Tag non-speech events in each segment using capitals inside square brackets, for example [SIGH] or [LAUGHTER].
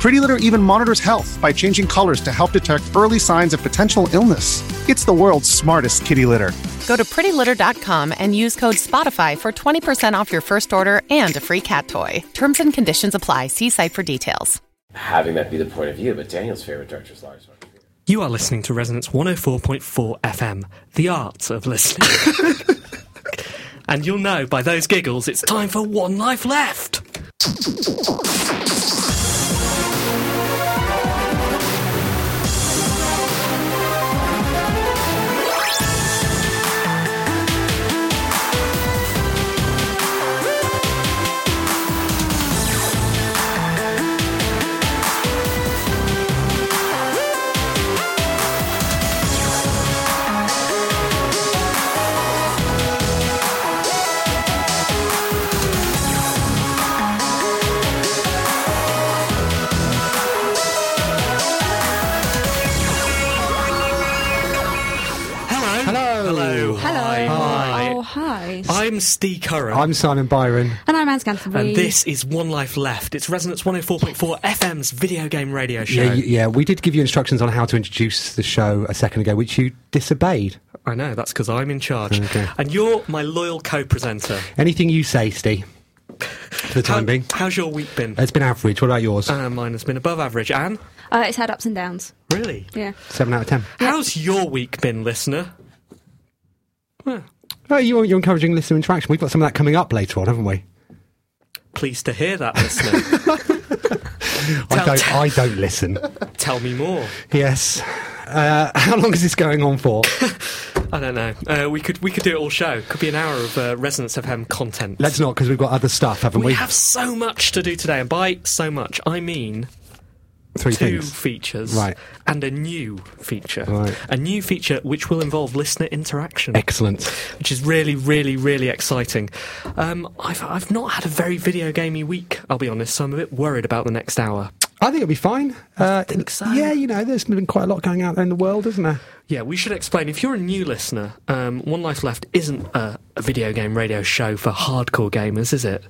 Pretty Litter even monitors health by changing colors to help detect early signs of potential illness. It's the world's smartest kitty litter. Go to prettylitter.com and use code Spotify for 20% off your first order and a free cat toy. Terms and conditions apply. See site for details. having that be the point of view, but Daniel's favorite director is Lars von Trier. You are listening to Resonance 104.4 FM, the art [LAUGHS] of listening. and you'll know by those giggles it's time for One Life Left. Hello. Hello. Hello. Hi. Hi. Oh, hi. I'm Steve Curran. I'm Simon Byron. And I'm Anne Scantlebury. and this is One Life Left. It's Resonance 104.4 FM's video game radio show. Yeah, y- yeah, we did give you instructions on how to introduce the show a second ago, which you disobeyed. I know, that's because I'm in charge. Okay. And you're my loyal co presenter. Anything you say, Steve, for the time being. How's your week been? It's been average. What about yours? Uh, mine has been above average. Anne? Uh, it's had ups and downs. Really? Yeah. Seven out of ten. How's your week been, listener? Oh, you're, you're encouraging listener interaction. We've got some of that coming up later on, haven't we? Pleased to hear that, listener. I Tell- don't. I don't [LAUGHS] listen. Tell me more. Yes. Uh, how long is this going on [LAUGHS] for? I don't know. Uh, we could we could do it all show. Could be an hour of uh, Resonance FM content. Let's not, because we've got other stuff, haven't we? We have so much to do today, and by so much, I mean Three two things. features Right. and a new feature. Right. A new feature which will involve listener interaction, Excellent. which is really, really, really exciting. Um, I've, I've not had a very video gamey week, I'll be honest, so I'm a bit worried about the next hour. I think it'll be fine. Uh, think so. Yeah, you know, there's been quite a lot going out there in the world, isn't there? Yeah, we should explain. If you're a new listener, um, One Life Left isn't a, a video game radio show for hardcore gamers, is it?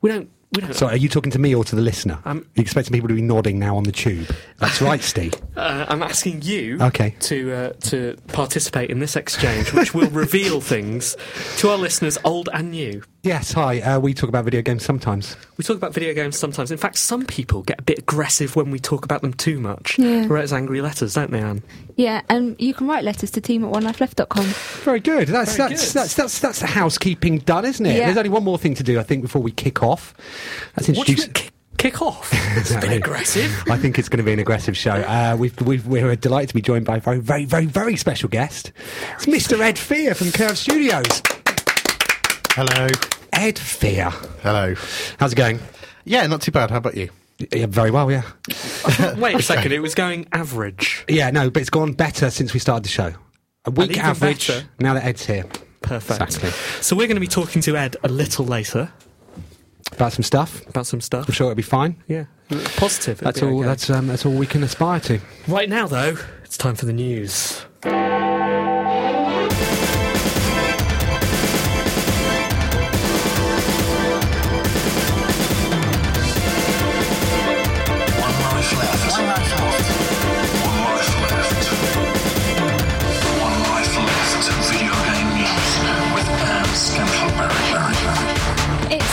We don't. We don't. So, are you talking to me or to the listener? Um, you expecting people to be nodding now on the tube? [LAUGHS] That's right, Steve. Uh, I'm asking you Okay. to uh, to participate in this exchange, which [LAUGHS] will reveal things to our listeners, old and new. Yes, hi. Uh, we talk about video games sometimes. We talk about video games sometimes. In fact, some people get a bit aggressive when we talk about them too much. Yeah. Writes angry letters, don't they, Anne? Yeah, and you can write letters to team at onelifeleft.com. Very good. That's Very that's, good. that's that's that's the housekeeping done, isn't it? Yeah. There's only one more thing to do, I think, before we kick off. That's What do you introduce. [LAUGHS] mean, kick, kick off? It's a bit Exactly. aggressive. I think it's going to be an aggressive show. Uh, we've, we've, we're delighted to be joined by a very, very, very, very special guest. It's Mr. Ed Fear from Curve Studios. Hello. Ed Fear, Hello. how's it going? Yeah, not too bad. How about you? Yeah, very well, yeah. Wait a second, it was going average. Yeah, no, but it's gone better since we started the show. A week even average better. now that Ed's here. Perfect. Exactly. So we're going to be talking to Ed a little later About some stuff. about some stuff. I'm sure it'll be fine. Yeah, positive. it'd That's be all. okay. That's um, that's all we can aspire to. Right now, though, it's time for the news. It's oh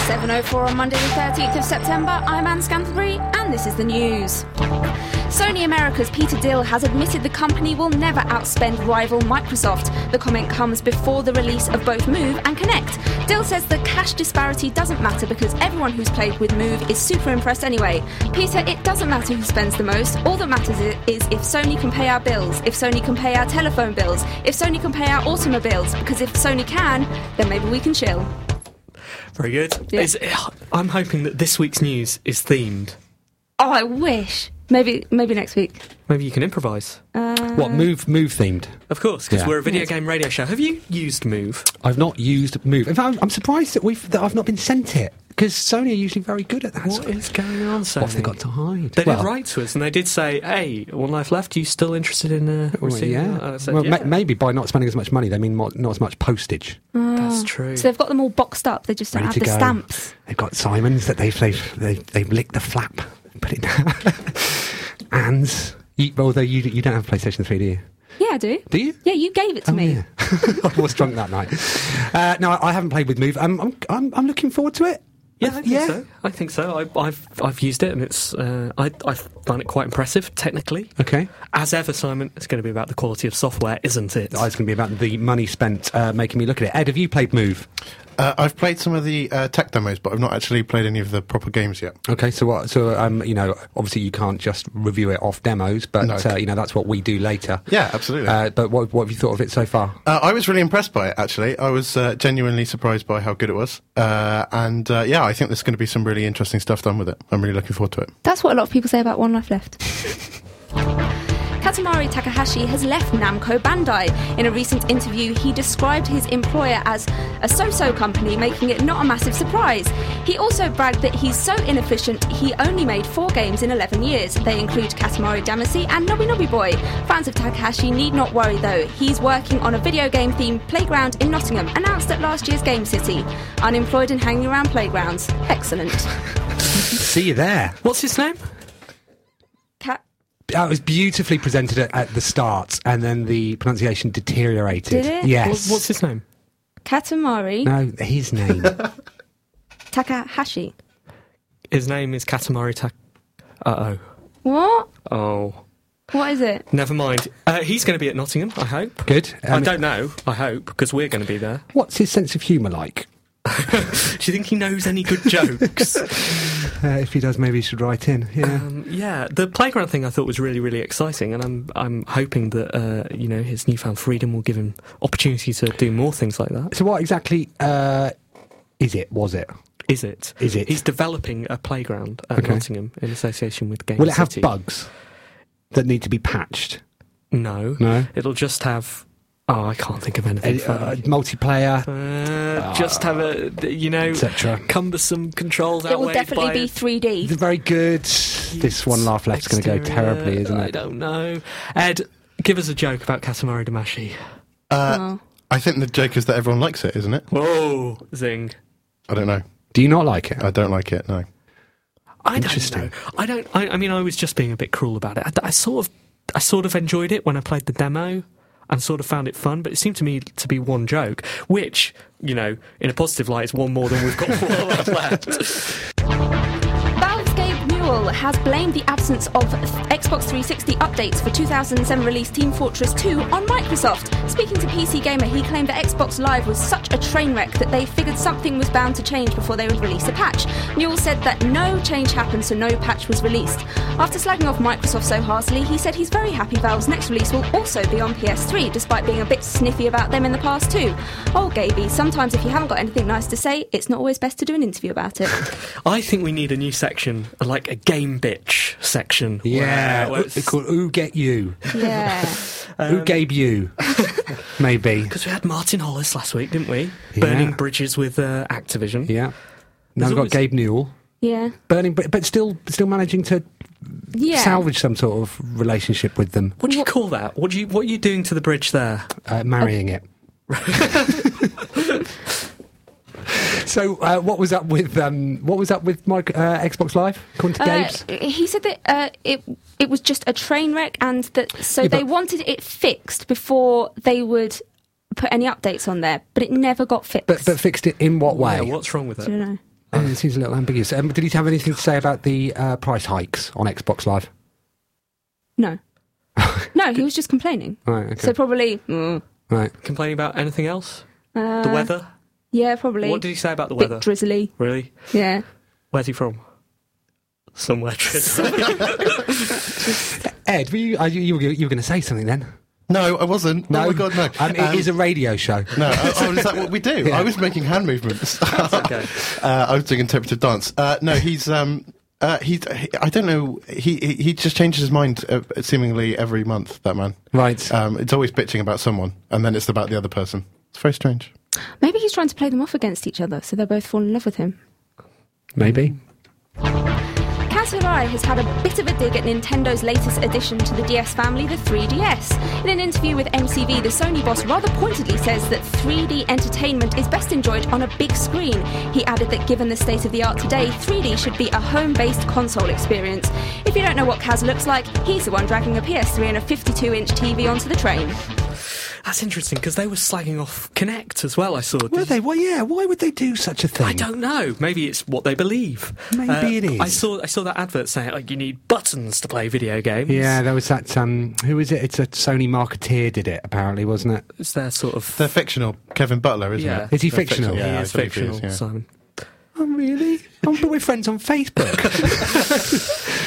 7.04 on Monday the 13th of September. I'm Anne Scantlebury, and this is the news. Sony America's Peter Dill has admitted the company will never outspend rival Microsoft. The comment comes before the release of both Move and Connect. Dill says the cash disparity doesn't matter because everyone who's played with Move is super impressed anyway. Peter, it doesn't matter who spends the most. All that matters i- is if Sony can pay our bills, if Sony can pay our telephone bills, if Sony can pay our automobiles, because if Sony can, then maybe we can chill. Very good. Yeah. Is- I'm hoping that this week's news is themed. Oh, I wish. Maybe maybe next week. Uh, Maybe you can improvise. What move move themed? Of course, because Yeah. we're a video game radio show. Have you used Move? I've not used move. In fact, I'm- I'm surprised that we've that I've not been sent it because Sony are usually very good at that. sort What of- is going on, Sony? What's they got to hide? They Well- did write to us and they did say, "Hey, one life left. You still interested in uh, Well, receiving?" yeah. that?" And I said, well, ma- "Yeah." maybe by not spending as much money, they mean mo- not as much postage. that's true. Ah. So they've got them all boxed up, they just don't Ready to have the go. stamps. They've got Simons that they've they've they've, they've licked the flap, and put it down, [LAUGHS] and you, although you you don't have PlayStation Three, do you? Yeah, I do. Do you? Yeah, you gave it to me. yeah. [LAUGHS] I was drunk that night. Uh, no, I, I haven't played with Move. Um, I'm, I'm I'm looking forward to it. yeah, I think so. I think so. I, I've I've used it and it's uh, I I find it quite impressive technically. Okay. As ever, Simon, it's going to be about the quality of software, isn't it? Oh, It's going to be about the money spent uh, making me look at it. Ed, have you played Move? Uh, I've played some of the uh, tech demos, but I've not actually played any of the proper games yet. Okay, so what? So um, you know, obviously you can't just review it off demos, but No. uh, you know that's what we do later. Yeah, absolutely. Uh, but what, what have you thought of it so far? Uh, I was really impressed by it, actually. I was uh, genuinely surprised by how good it was. Uh, and uh, yeah, I think there's going to be some really interesting stuff done with it. I'm really looking forward to it. That's what a lot of people say about One Life Left. [LAUGHS] Katamari Takahashi has left Namco Bandai. In a recent interview, he described his employer as a so so company, making it not a massive surprise. He also bragged that he's so inefficient, he only made four games in 11 years. They include Katamari Damacy and Nobby Nobby Boy. Fans of Takahashi need not worry though, he's working on a video game themed playground in Nottingham, announced at last year's Game City. Unemployed and hanging around playgrounds. Excellent. [LAUGHS] See you there. What's his name? Cat. That Oh, was beautifully presented at, at the start, and then the pronunciation deteriorated. Did it? Wha- Yes. What's his name? Katamari no, his name. Takahashi. [LAUGHS] His name is Katamari Tak. Uh What? oh. Oh. What is it? Never mind. Uh, he's going to be at Nottingham, I hope. Good. I Um, don't know. I hope because we're going to [LAUGHS] be there. What's his sense of humour [LAUGHS] like? [LAUGHS] Do you think he knows any good [LAUGHS] jokes? Uh, if he does, maybe he should write in. Yeah. um, yeah, the playground thing I thought was really, really exciting, and I'm I'm hoping that uh, you know his newfound freedom will give him opportunity to do more things like that. so, what exactly uh, is it? Was it? Is it? Is it? He's developing a playground at Okay. Nottingham in association with Game Will it have City. bugs that need to be patched? No, No? It'll just have. Oh, I can't think of anything. Uh, uh, funny. multiplayer. Uh, just have a you know Etc. cumbersome controls. It will outweighed definitely by be a 3D. Very good. This one laugh left's going to go exterior. terribly, isn't I it? don't know. Ed, give us a joke about Katamari Damashi. Oh. Uh, I think the joke is that everyone likes it, isn't it? Whoa, zing. I don't know. Do you not like it? I don't like it, no. I don't Interesting. know. I don't. I, I mean, I was just being a bit cruel about it. I, I sort of, I sort of enjoyed it when I played the demo and sort of found it fun. But it seemed to me to be one joke, which you know, in a positive light, is one more [LAUGHS] than we've got left. Valve's Gabe Newell has blamed the absence of Xbox 360 updates for 2007 release Team Fortress 2 on Microsoft. Speaking to PC Gamer, he claimed that Xbox Live was such a train wreck that they figured something was bound to change before they would release a patch. Newell said that no change happened, so no patch was released. After slagging off Microsoft so harshly, he said he's very happy Valve's next release will also be on PS3, despite being a bit sniffy about them in the past too. Oh, Gaby, sometimes if you haven't got anything nice to say, it's not always best to do an interview about it. I think we need a new section, like a game bitch section. where- Yeah, where who- it's- it's called Who Get You? Yeah. [LAUGHS] Who Gave [LAUGHS] You? Maybe. Because we had Martin Hollis last week, didn't we? Yeah. Burning bridges with uh, Activision. Yeah. Now There's we've got always- Gabe Newell. Yeah. Burning, but, but still, still managing to Yeah. salvage some sort of relationship with them, What do you call that? What do you What are you doing to the bridge there? uh, marrying it. so, uh, what was up with um, what was up with my, uh, Xbox Live? According to Uh, Gabe's, he said that uh, it it was just a train wreck, and that so Yeah, they but- wanted it fixed before they would put any updates on there, but it never got fixed. but but fixed it in what way? Yeah, what's wrong with I don't it? know. Uh, it seems a little ambiguous. Um, did he have anything to say about the uh, price hikes on Xbox Live? [LAUGHS] No. no, he was just complaining. Right, okay. So probably. mm, Right. Complaining about anything else? uh, the weather? Yeah, probably. What did he say about the Bit weather? drizzly. really? [LAUGHS] Yeah. Where's he from? Somewhere drizzly. [LAUGHS] Ed, were you, are you, you were, you were going to say something then? No, I wasn't. Oh my god, no. Um, it Um, is a radio show. No, oh, oh, is that what we do? [LAUGHS] Yeah. I was making hand [LAUGHS] movements. okay. [LAUGHS] uh, I was doing interpretive dance. Uh, no, he's. Um, uh, he, he, I don't know. He, he he just changes his mind uh, seemingly every month. That man, Right. Um, it's always bitching about someone, and then it's about the other person. It's very strange. Maybe he's trying to play them off against each other so they both fall in love with him. Maybe. Kaz Hirai has had a bit of a dig at Nintendo's latest addition to the DS family, the 3DS. In an interview with MTV, the Sony boss rather pointedly says that 3D entertainment is best enjoyed on a big screen. He added that given the state of the art today, 3D should be a home based console experience. If you don't know what Kaz looks like, he's the one dragging a PS3 and a 52 inch TV onto the train. That's interesting because they were slagging off Connect as well. I saw. Did Were you- they? Well, yeah. Why would they do such a thing? I don't know. Maybe it's what they believe. Uh, Maybe it is. I saw. I saw that advert saying like, you need buttons to play video games. Yeah, there was that. Um, who was it? It's a Sony marketeer did it, apparently, wasn't it? it's their sort of. They're fictional. Kevin Butler, isn't Yeah. it? Is he They're fictional? he Yeah, is I believe he fictional, is, yeah. Simon. Oh, [LAUGHS] really? oh, but we're friends on Facebook.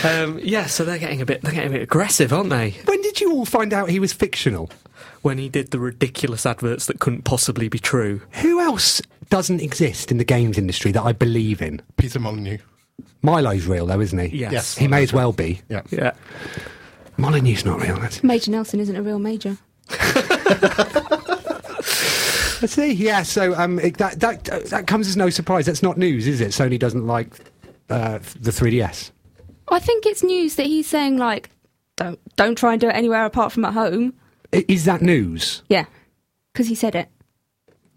Um, yeah, so they're getting a bit. They're getting a bit aggressive, aren't they? when did you all find out he was fictional? When he did the ridiculous adverts that couldn't possibly be true. Who else doesn't exist in the games industry that I believe in? Peter Molyneux. Milo's real, though, isn't he? Yes. Yes. He may as well be. Yeah. Yeah. Molyneux's not real. That's Major Nelson isn't a real major. I see. Yeah, so um, it, that that uh, that comes as no surprise. That's not news, is it? Sony doesn't like uh, the 3DS. I think it's news that he's saying, like, don't, don't try and do it anywhere apart from at home. I- Is that news? Yeah, because he said it.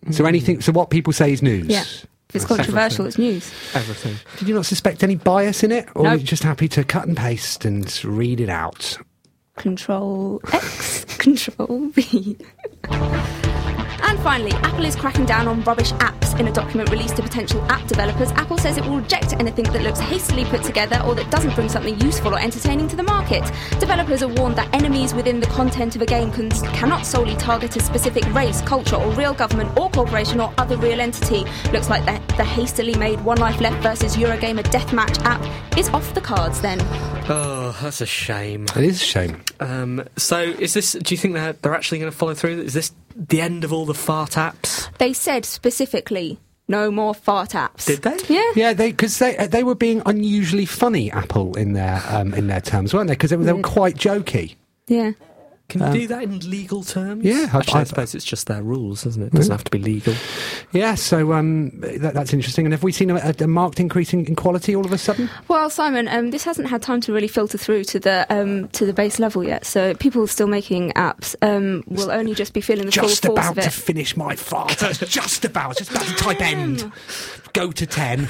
Mm. So anything? So what people say is news. Yeah. If it's controversial, it's news. Everything. Did you not suspect any bias in it, or were Nope. you just happy to cut and paste and read it out? Control X, [LAUGHS] Control V. And finally, Apple is cracking down on rubbish apps. In a document released to potential app developers, Apple says it will reject anything that looks hastily put together or that doesn't bring something useful or entertaining to the market. Developers are warned that enemies within the content of a game can, cannot solely target a specific race, culture, or real government or corporation or other real entity. Looks like the, the hastily made One Life Left versus Eurogamer Deathmatch app is off the cards then. Oh, that's a shame. It is a shame. Um, so, is this? Do you think they're they're actually going to follow through? Is this the end of all the fart apps? They said specifically, no more fart apps. Did they? Yeah. Yeah, they because they uh, they were being unusually funny, Apple, in their um, in their terms, weren't they? Because they, were- they were Mm. quite jokey. Yeah. Can you do that in legal terms? Um, Yeah, I- Actually, I, I- Mm. suppose it's just their rules, isn't it? It doesn't have to be legal. Yeah, so um, that, that's interesting. And have we seen a, a- a marked increase in, in quality all of a sudden? Well, Simon, um, this hasn't had time to really filter through to the um, to the base level yet. So people still making apps um, will only just be feeling the just full force about of to it. [LAUGHS] finish my [LAUGHS] fart. I was just about. I was just about to type end. Go to [LAUGHS] ten.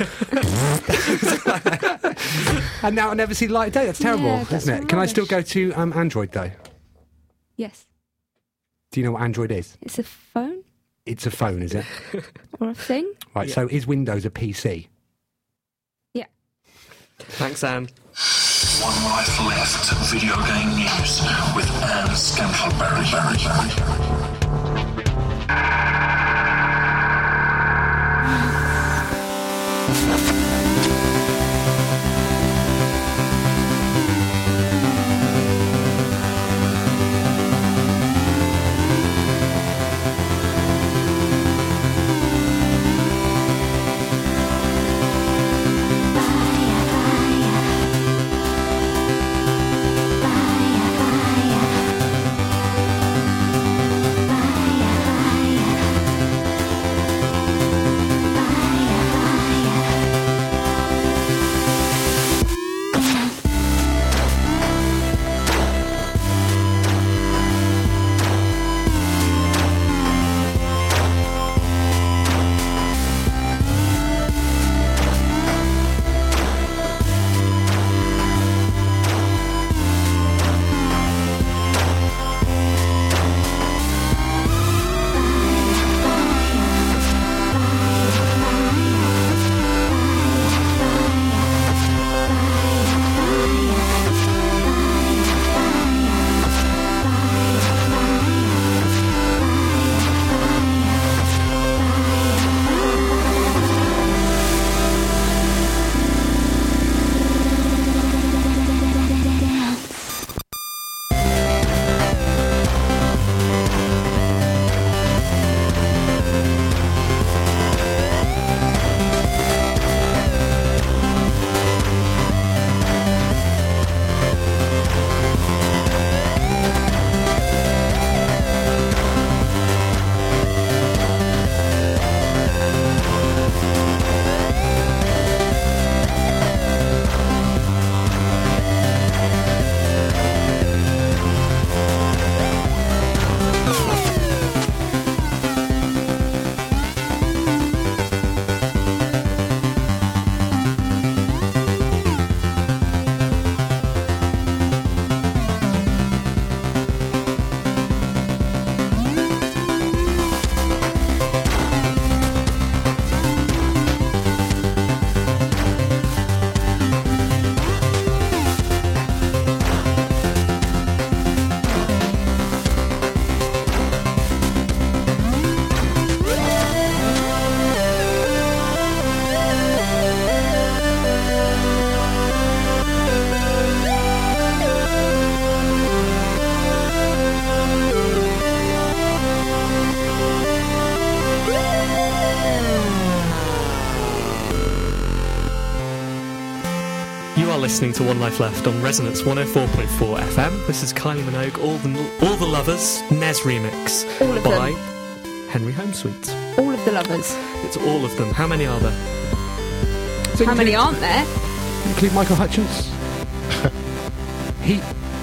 and now I never see the light of day. That's terrible, Yeah, that's isn't it? Can I still go rubbish. to um, Android though? yes, Do you know what Android is? it's a phone It's a phone, is [LAUGHS] it? or a thing. Right. So is Windows a PC? Yeah. Thanks, Anne. One Life Left video game news with Anne Scantleberry. Bye. are listening to One Life Left on Resonance 104.4 FM. This is Kylie Minogue, All the, All the Lovers, Nez Remix All of them. by Henry Homesweet. All of the lovers. It's all of them. How many are there? How many aren't there? Include Michael [LAUGHS] Hutchins. he,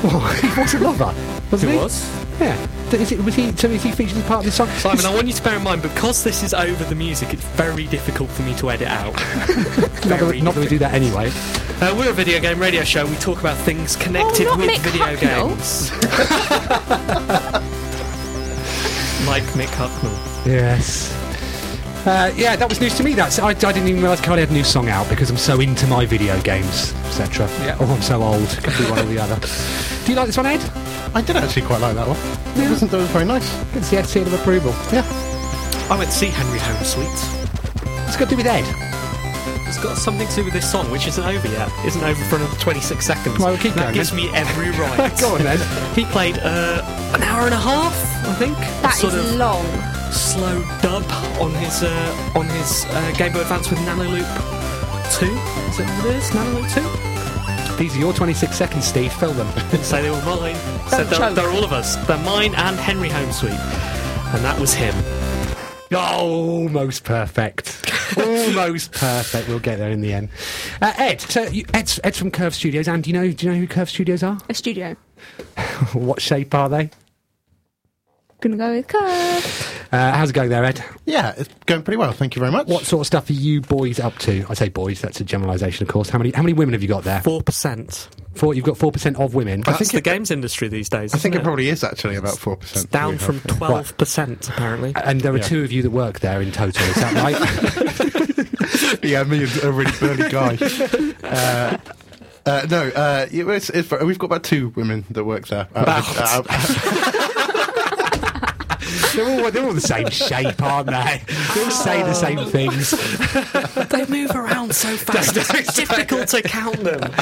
well, [LAUGHS] he was a lover, wasn't Who he? was? Yeah. D- Is it, was he, so is he featured as part of this song? Simon, I want you to bear in mind because this is over the music, it's very difficult for me to edit [LAUGHS] out. not that we- very not that we do that anyway. Uh, we're a video game radio show. We talk about things connected Oh, not with Mick video Hucknall. games. like Mick Hucknall. [LAUGHS] Yes. Uh, yeah, that was news to me. That's I, I didn't even realise Carly had a new song out because I'm so into my video games, etc. Yeah. Oh, I'm so old. Could be one or the other. Do you like this one, Ed? I did actually quite like that one. It wasn't, that was very nice. It's the Ed seal of approval. [LAUGHS] Yeah. I went to see Henry Homesweet. It's got to do with Ed. It's got something to do with this song, which isn't over yet. Isn't over for another 26 seconds. Well, keep that going gives then. me [LAUGHS] every right. Go on then. He played uh, an hour and a half, I think. That is sort of long. slow dub on his uh, on his uh, Game Boy Advance with Nanoloop 2. Is that what it is? Nanoloop These are your 26 seconds, Steve. Fill them. 2? Say they were mine. Said they're, choke. they're all of us. They're mine and Henry Homesweet. And that was him. Almost perfect. [LAUGHS] Almost perfect. We'll get there in the end. Uh, Ed, so you, Ed's, Ed's from Curve Studios, and do you know do you know who Curve [LAUGHS] Studios are? A studio. what shape are they? Gonna go with [LAUGHS] curve. Uh, how's it going there, Ed? Yeah, it's going pretty well. Thank you very much. What sort of stuff are you boys up to? I say boys, that's a generalisation, of course. How many how many women have you got there? 4%. Four, you've got four percent of women. That's think the it- games industry these days. I think isn't it probably is actually about 4%. It's down from 12%, apparently. and there are two of you that work there in total. Is that [LAUGHS] right? yeah, me and a really burly [LAUGHS] guy. [LAUGHS] Uh, uh, no, uh, yeah, well, it's, it's, we've got about two women that work there. Out of the- About. out- [LAUGHS] they're all they're all the same shape, aren't they? They all say the same things. [LAUGHS] They move around [LAUGHS] so fast, it's difficult to count them.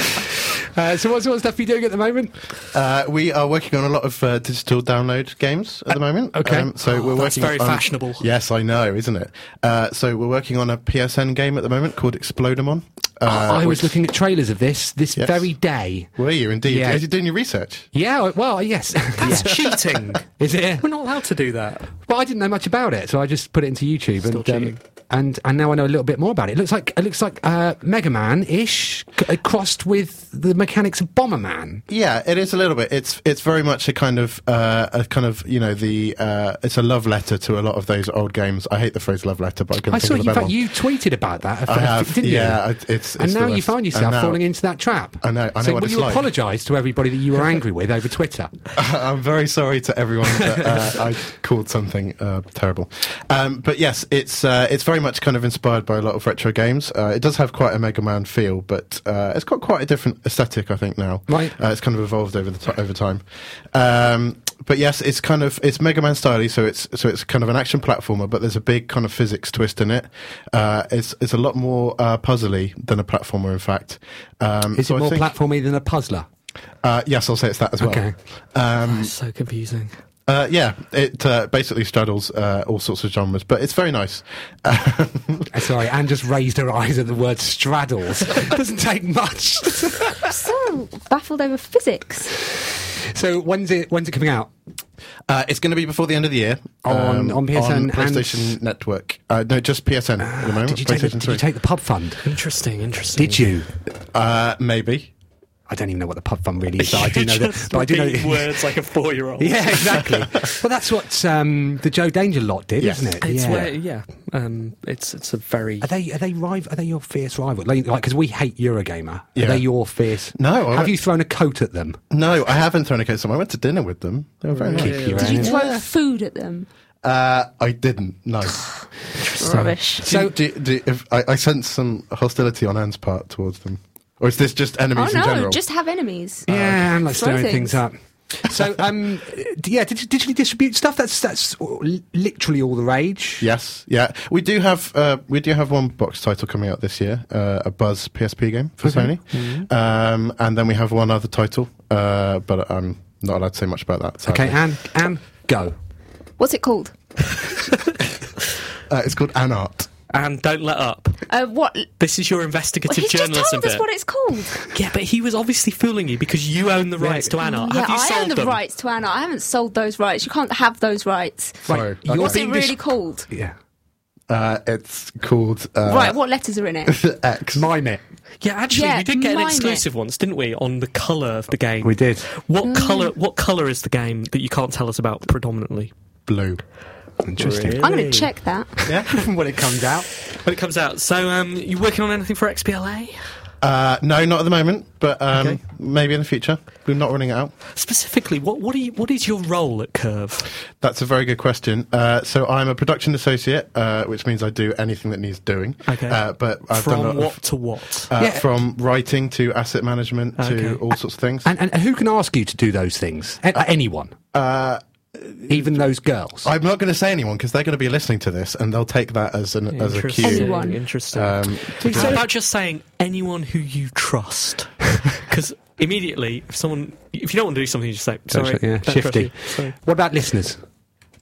Uh, so what sort of stuff are you doing at the moment? Uh, we are working on a lot of uh, digital download games at the moment. Uh, Um, okay. so we're Oh, that's working. very on- fashionable. Yes, I know, isn't it? Uh, so we're working on a PSN game at the moment called Explodemon. Uh, Oh, I was which- looking at trailers of this this Yes. very day. Were you indeed? Yeah. Yeah. you doing your research? Yeah, well, yes. [LAUGHS] That's Yeah. cheating. Is it? We're not allowed to do that. Well, I didn't know much about it, so I just put it into YouTube, and Still um, cheating. and and now I know a little bit more about it. it looks like it looks like uh, Mega Man ish c- uh, crossed with the mechanics of Bomberman. Yeah, it is a little bit. It's it's very much a kind of uh, a kind of you know the uh, it's a love letter to a lot of those old games. I hate the phrase love letter, but I can I think saw of a you, in better fact, one. you tweeted about that, a- I a- have, didn't yeah, you? it- it's- and it's now the you worst. find And yourself now- falling into that trap. [LAUGHS] I know- I know so what will it's you like. apologise to everybody that [LAUGHS] you were angry with over Twitter? I'm very sorry to everyone that [LAUGHS] uh, I called something uh, terrible. Um, but yes, it's uh, it's very much kind of inspired by a lot of retro games. Uh, it does have quite a Mega Man feel, but uh, it's got quite a different aesthetic, I think. Now, Right. Uh, it's kind of evolved over the t- over time. Um, but yes, it's kind of it's Mega Man styly, so it's so it's kind of an action platformer, but there's a big kind of physics twist in it. Uh, it's it's a lot more uh, puzzly than a platformer, in fact. Um, Is so it I more think- platformy than a puzzler? Uh, yes, I'll say it's that as well. Okay. Um, So confusing. uh, yeah, it uh, basically straddles uh, all sorts of genres, but it's very nice. [LAUGHS] Um, Uh, Sorry, Anne just raised her eyes at the [LAUGHS] word straddles. Doesn't take much. So baffled over physics. so when's it? When's it coming out? uh, it's going to be before the end of the year On- on PSN and- Um, Ah, PlayStation Network. Uh, no, just PSN at the moment. Did you, take the, PlayStation did you 3. take the pub fund? [LAUGHS] Interesting, interesting. Did you? uh, maybe. I don't even know what the pub fund really is. [LAUGHS] but I do know that. Just But I do repeat know. words like a [LAUGHS] four-year-old. yeah, exactly. well, that's what um, the Joe Danger lot did, Yes. isn't it? It's yeah. where, yeah, um, it's it's a very. Are they are they rival? Are they your fierce rival? Like because we hate Eurogamer. Are Yeah. they your fierce? No, I Have don't- you thrown a coat at them? No, I haven't thrown a case on. I went to dinner with them. They were very nice. Your Did you own- throw food at them? Uh, I didn't. [SIGHS] No. Rubbish. so do, do, if, I, I sense some hostility on Anne's part towards them, or is this just Oh enemies in no, general? just uh, have Uh, enemies. yeah, I'm like Throw stirring things things. up. So, um, d- yeah, dig- digitally distribute stuff. That's that's li- literally all the rage. Yes, yeah, we do have uh, we do have one box title coming out this year, uh, a Buzz PSP game for Sony, Mm-hmm. um, and then we have one other title, uh, but I'm not allowed to say much about that. Okay, sadly. Anne, Anne, go. What's it called? uh, it's called Anart. And don't let up. Uh, what? This is your investigative He's just journalism told us bit. what it's called. yeah, but he was obviously fooling you because you own the rights to Anna. yeah, Have you I sold own the them? rights to Anna. I haven't sold those rights. You can't have those rights. Sorry. Right, you're What's it being dis- really called? Yeah. Uh, it's called [LAUGHS] uh, right, what letters are in it? X. Mime it. Yeah, actually, Yeah, we did get an mine it. Mm. exclusive once, didn't we, on the colour of the game? We did. What colour? What colour is the game that you can't tell us about predominantly? Blue. Interesting. I'm going to check that. Yeah. when it comes out. when it comes out. So, um, you working on anything for XBLA? Uh, no, not at the moment, but um, Okay. maybe in the future. We're not running it out. Specifically, what what are you, what is your role at Curve? That's a very good question. Uh, so I'm a production associate, uh, which means I do anything that needs doing. Okay. Uh, but I've From done a lot what of, to what? uh, Yeah. from writing to asset management Okay. to all sorts of things. And, and who can ask you to do those things? A- anyone? Uh, Even those girls? I'm not going to say anyone because they're going to be listening to this and they'll take that as an as a cue. Anyone. Interesting. Um, to do How it. about just saying anyone who you trust? Because immediately, if someone, if you don't want to do something, you just say, sorry, yeah, don't trust shifty. you. Sorry. What about listeners?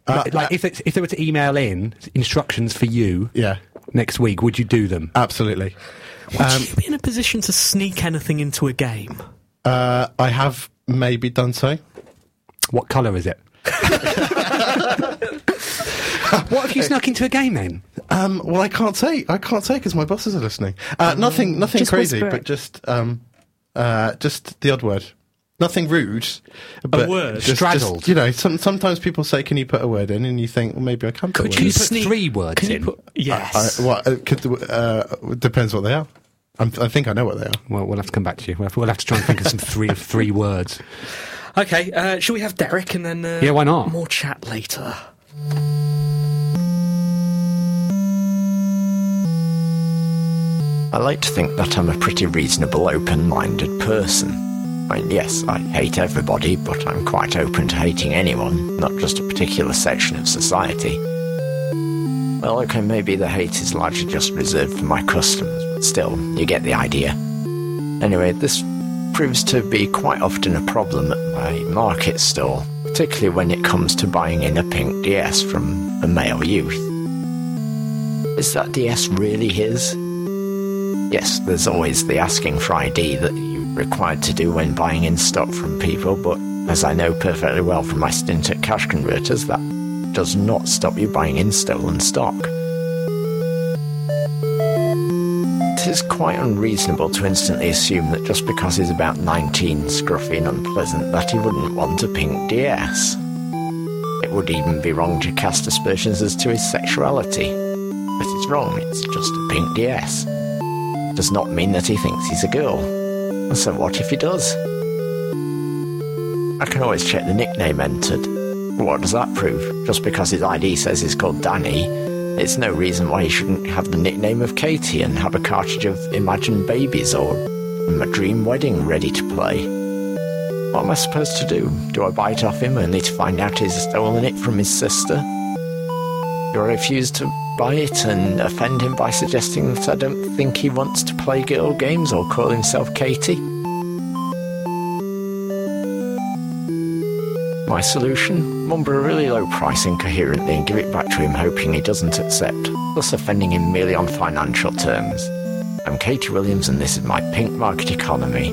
Uh, like Uh, like if, it's, if they were to email in instructions for you yeah, next week, would you do them? absolutely. Um, Would you be in a position to sneak anything into a game? Uh, I have maybe done so. What colour [LAUGHS] is it? what have you snuck into a game then? Um, well, I can't say. I can't say because my bosses are listening. Uh, Oh. nothing, nothing Just crazy, whisper it. but just, um, uh, just the odd word. Nothing rude. But word? just- Straddled. just, you know, some, sometimes people say, "Can you put a word in?" And you think, "Well, maybe I can." put Could a you word put three words can you in? put- in." I, yes. what uh, could, the- uh, depends what they are. I'm, I think I know what they are. Well, we'll have to come back to you. We'll have, we'll have to try and think of some three of three words. okay, uh, shall we have Derek and then uh, Yeah, why not? more chat later? I like to think that I'm a pretty reasonable, open minded person. I mean, yes, I hate everybody, but I'm quite open to hating anyone, not just a particular section of society. Well, okay, maybe the hate is largely just reserved for my customers, but still, you get the idea. Anyway, this proves to be quite often a problem at my market stall, particularly when it comes to buying in a pink DS from a male youth. Is that DS really his? Yes, there's always the asking for ID that you're required to do when buying in stock from people, but as I know perfectly well from my stint at Cash Converters, that does not stop you buying in stolen stock. It is quite unreasonable to instantly assume that just because he's about 19, scruffy, and unpleasant, that he wouldn't want a pink DS. It would even be wrong to cast aspersions as to his sexuality. But it's wrong, it's just a pink DS does not mean that he thinks he's a girl. And so what if he does? I can always check the nickname entered. What does that prove? Just because his ID says he's called Danny, it's no reason why he shouldn't have the nickname of Katie and have a cartridge of Imagine Babies or My Dream Wedding ready to play. What am I supposed to do? Do I buy it off him only to find out he's stolen it from his sister? Do I refuse to buy it and offend him by suggesting that I don't think he wants to play girl games or call himself Katie? My solution? Mumble a really low price incoherently and give it back to him hoping he doesn't accept, thus offending him merely on financial terms. I'm Katie Williams and this is my pink market economy.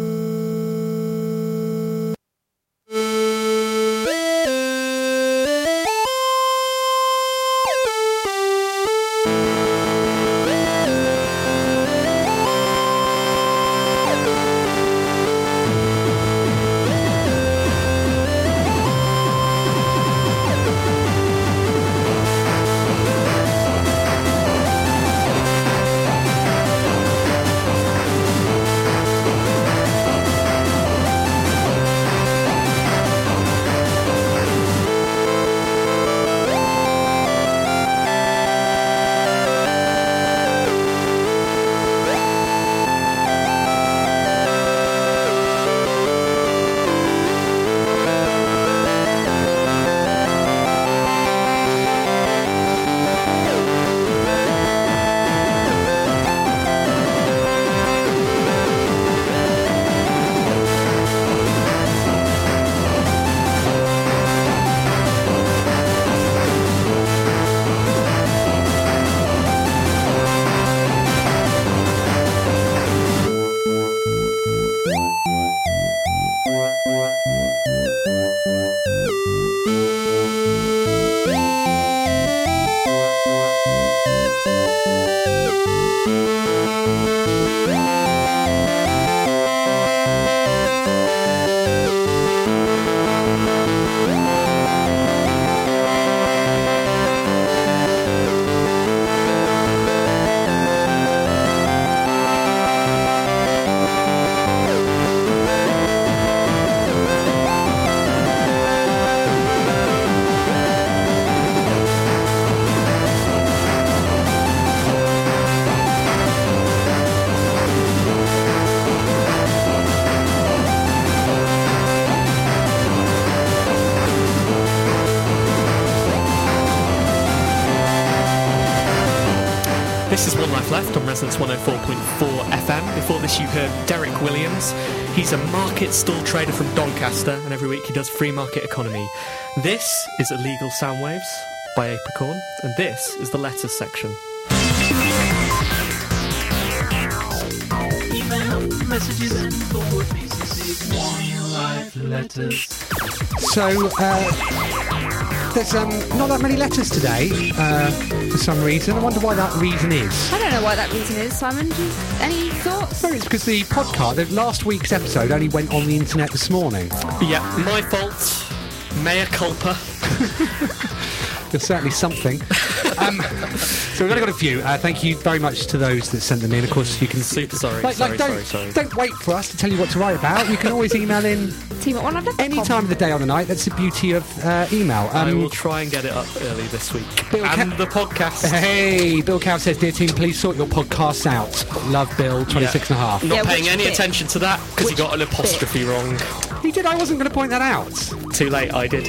left on Resonance 104.4 FM. Before this, you heard Derek Williams. He's a market stall trader from Doncaster, and every week he does free market economy. This is Illegal Soundwaves by Apricorn, and this is the letters section. Messages and forward pieces. Warning live letters. So uh, there's um, not that many letters today uh, for some reason. I wonder why that reason is. I don't know why that reason is, Simon. Do you- Any thoughts? It's because the podcast, the last week's episode, only went on the internet this morning. [LAUGHS] Yeah, my fault. Mea [LAUGHS] culpa. There's certainly something. Um, so we've only got a few. Uh, thank you very much to those that sent them in. Of course, you can. Super sorry. sorry, don't, sorry, sorry. don't wait for us to tell you what to write about. You can always email in Team at one I've any time of the day or the night. That's the beauty of uh, email. I will try and get it up early this week. Bill and the podcast. Hey, Bill Cow says, Dear team, please sort your podcasts out. Love Bill, 26 and a half. Not Yeah, paying which any bit? attention to that because he got an apostrophe wrong. He did, I wasn't going to point that out. Too late, I did.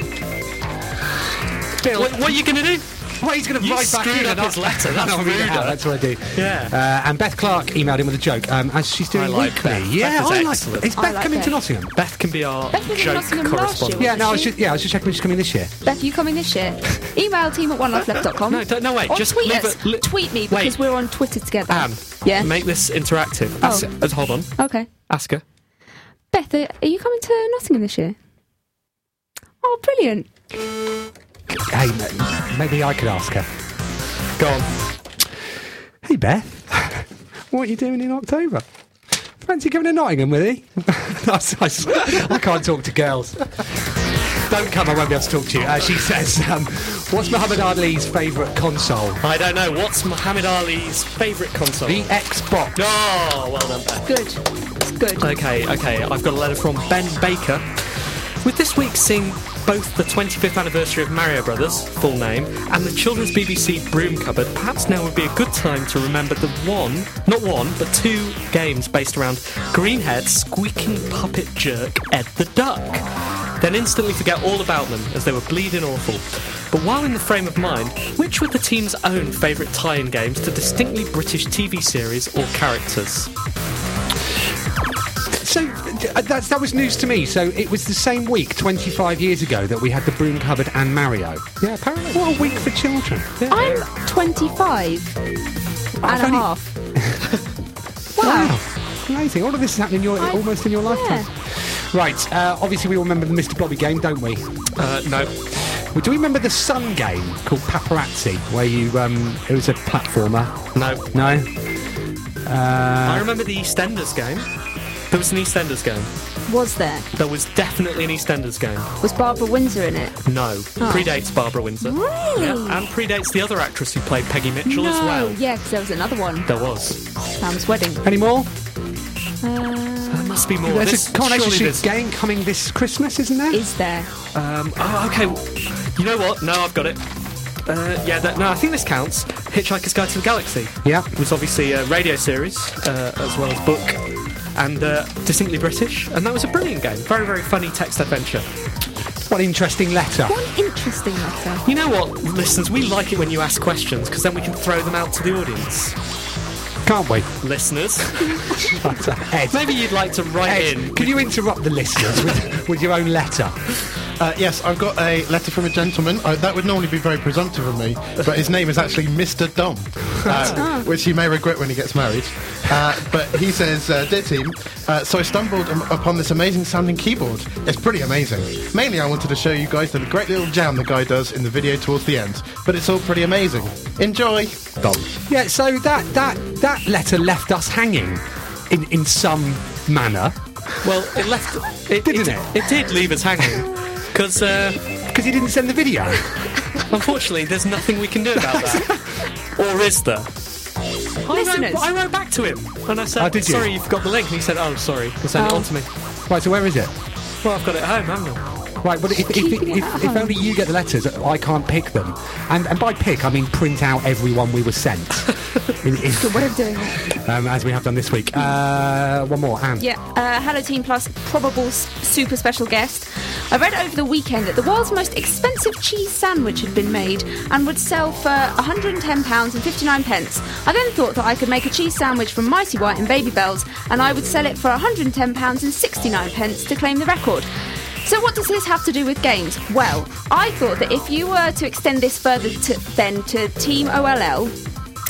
Bill, What, what are you going to do? Well, he's going to You write back screwed in up and his I- [LAUGHS] letter. I That's know, I mean, rude, how, huh? That's what I do. Yeah. Uh, and Beth Clark emailed in with a joke, um, as she's doing I like weekly. Beth. Yeah, Beth is I like. excellent. Is I Beth like coming to Beth. Nottingham? Beth can be our Beth was in joke Nottingham last year, correspondent. wasn't Yeah, no, I was she- just, yeah, I was just checking when she's coming this year. Beth, you coming this year? Email team at onelifeleft.com. No, don't- no, wait, Or just tweet leave us. it- li- tweet me because wait. we're on Twitter together. Anne, yeah. make this interactive. Ask, Oh. uh, hold on. okay. Ask her. Beth, are are you coming to Nottingham this year? Oh, brilliant. Hey, ma- maybe I could ask her. Go on. Hey, Beth, [LAUGHS] what are you doing in October? Fancy coming to Nottingham with you? [LAUGHS] I, s- I s- I can't talk to girls. Don't come, I won't be able to talk to you. Uh, she says, um, What's Muhammad Ali's favourite console? I don't know. What's Muhammad Ali's favourite console? The Xbox. Oh, well done, Beth. Good. It's good. Okay, okay. I've got a letter from Ben Baker. With this week seeing both the 25th anniversary of Mario Brothers, full name, and the Children's BBC Broom Cupboard, perhaps now would be a good time to remember the one, not one, but two games based around Greenhead, Squeaking Puppet Jerk, Ed the Duck. Then instantly forget all about them as they were bleeding awful. But while in the frame of mind, which were the team's own favourite tie in games to distinctly British TV series or characters? So uh, that's, that was news to me. So it was the same week 25 years ago that we had the broom cupboard and Mario. Yeah, apparently. What a week for children. I'm 25 and a only- [LAUGHS] half. [LAUGHS] wow. Amazing. All of this is happening in your, I- almost in your yeah. lifetime. Right. Uh, obviously, we all remember the Mr. Blobby game, don't we? Uh, no. Well, Do we remember the Sun game called Paparazzi, where you um, it was a platformer? No. No. Uh, I remember the EastEnders game. There was an EastEnders game. Was there? There was definitely an EastEnders game. Was Barbara Windsor in it? No. Predates Barbara Windsor. Really? Yeah, and predates the other actress who played Peggy Mitchell no. as well. Yeah, because there was another one. There was. Sam's wedding. Uh, Any more? There must be more. There's This- a coronation surely Street this- game coming this Christmas, isn't there? Is there? Um, oh, okay. You know what? No, I've got it. Uh, yeah, that, no, I think this counts. Hitchhiker's Guide to the Galaxy. Yeah. It was obviously a radio series uh, as well as book and uh, distinctly British. And that was a brilliant game. Very, very funny text adventure. What an interesting letter. One interesting letter. You know what, listeners, we like it when you ask questions because then we can throw them out to the audience. Can't we? Listeners, Ed. maybe you'd like to write Ed, in. can you interrupt the listeners with, [LAUGHS] with your own letter? Uh, yes, I've got a letter from a gentleman. Uh, that would normally be very presumptive of me, but his name is actually Mr. Dom, [LAUGHS] uh, which he may regret when he gets married. Uh, but he says, uh, Dear team, uh, so I stumbled um, upon this amazing sounding keyboard. It's pretty amazing. Mainly, I wanted to show you guys the great little jam the guy does in the video towards the end, but it's all pretty amazing. Enjoy, Dom. Yeah, so that that that letter left us hanging in in some manner Well, it left. It, Didn't it? did leave us hanging. Because, uh, because he didn't send the video. unfortunately, there's nothing we can do about that. or is there? I Listeners. wrote, I wrote back to him and I said, Oh, did you? Sorry, you forgot the link. And he said, Oh, sorry. And sent it Oh. on to me. right, so where is it? Well, I've got it at home, haven't I? Right, well, if, if, if, Keeping it if, at if home. only you get the letters, I can't pick them. And, and by pick, I mean print out every one we were [LAUGHS] sent. In- in- Good way of doing it. um, as we have done this week. Uh, one more, Anne. Yeah. Uh, hello, Team Plus. Probable s- super special guest. I read over the weekend that the world's most expensive cheese sandwich had been made and would sell for £110.59. pence. I then thought that I could make a cheese sandwich from Mighty White and Baby Bells and I would sell it for £110.69 pence to claim the record. So, what does this have to do with games? Well, I thought that if you were to extend this further to, then to Team OLL,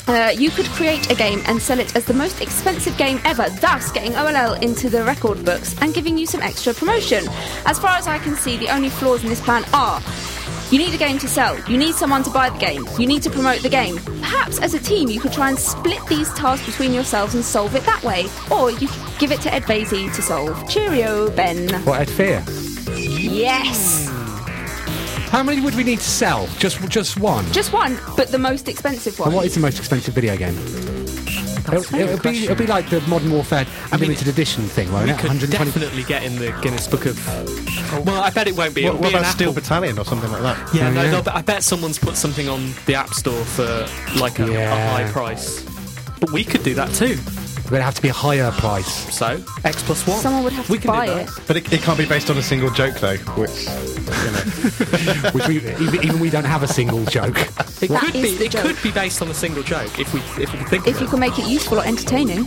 uh, you could create a game and sell it as the most expensive game ever, thus getting OLL into the record books and giving you some extra promotion. As far as I can see, the only flaws in this plan are you need a game to sell, you need someone to buy the game, you need to promote the game. Perhaps as a team, you could try and split these tasks between yourselves and solve it that way, or you could give it to Ed Vasey to solve. Cheerio, Ben. What Ed Fear? Yes! Hmm. How many would we need to sell? Just just one. Just one, but the most expensive one. And what is the most expensive video game? It'll, it'll be, it'll be like the Modern Warfare limited edition thing, won't we it? could 120 definitely get in the Guinness Book of. Well, I bet it won't be. What, It'll what be an about Steel Apple- Battalion or something like that? Oh, Yeah, no, they'll- I bet someone's put something on the App Store for like a, a Yeah. high price. But we could do that too. But it'd have to be a higher price. So X plus one. Someone would have We to can do buy that. it. But it, it can't be based on a single joke, though, which, you know. Which we, even, even we don't have a single joke. It That could is be. the It joke. could be based on a single joke if we if we can think If of you it. can make it useful or entertaining.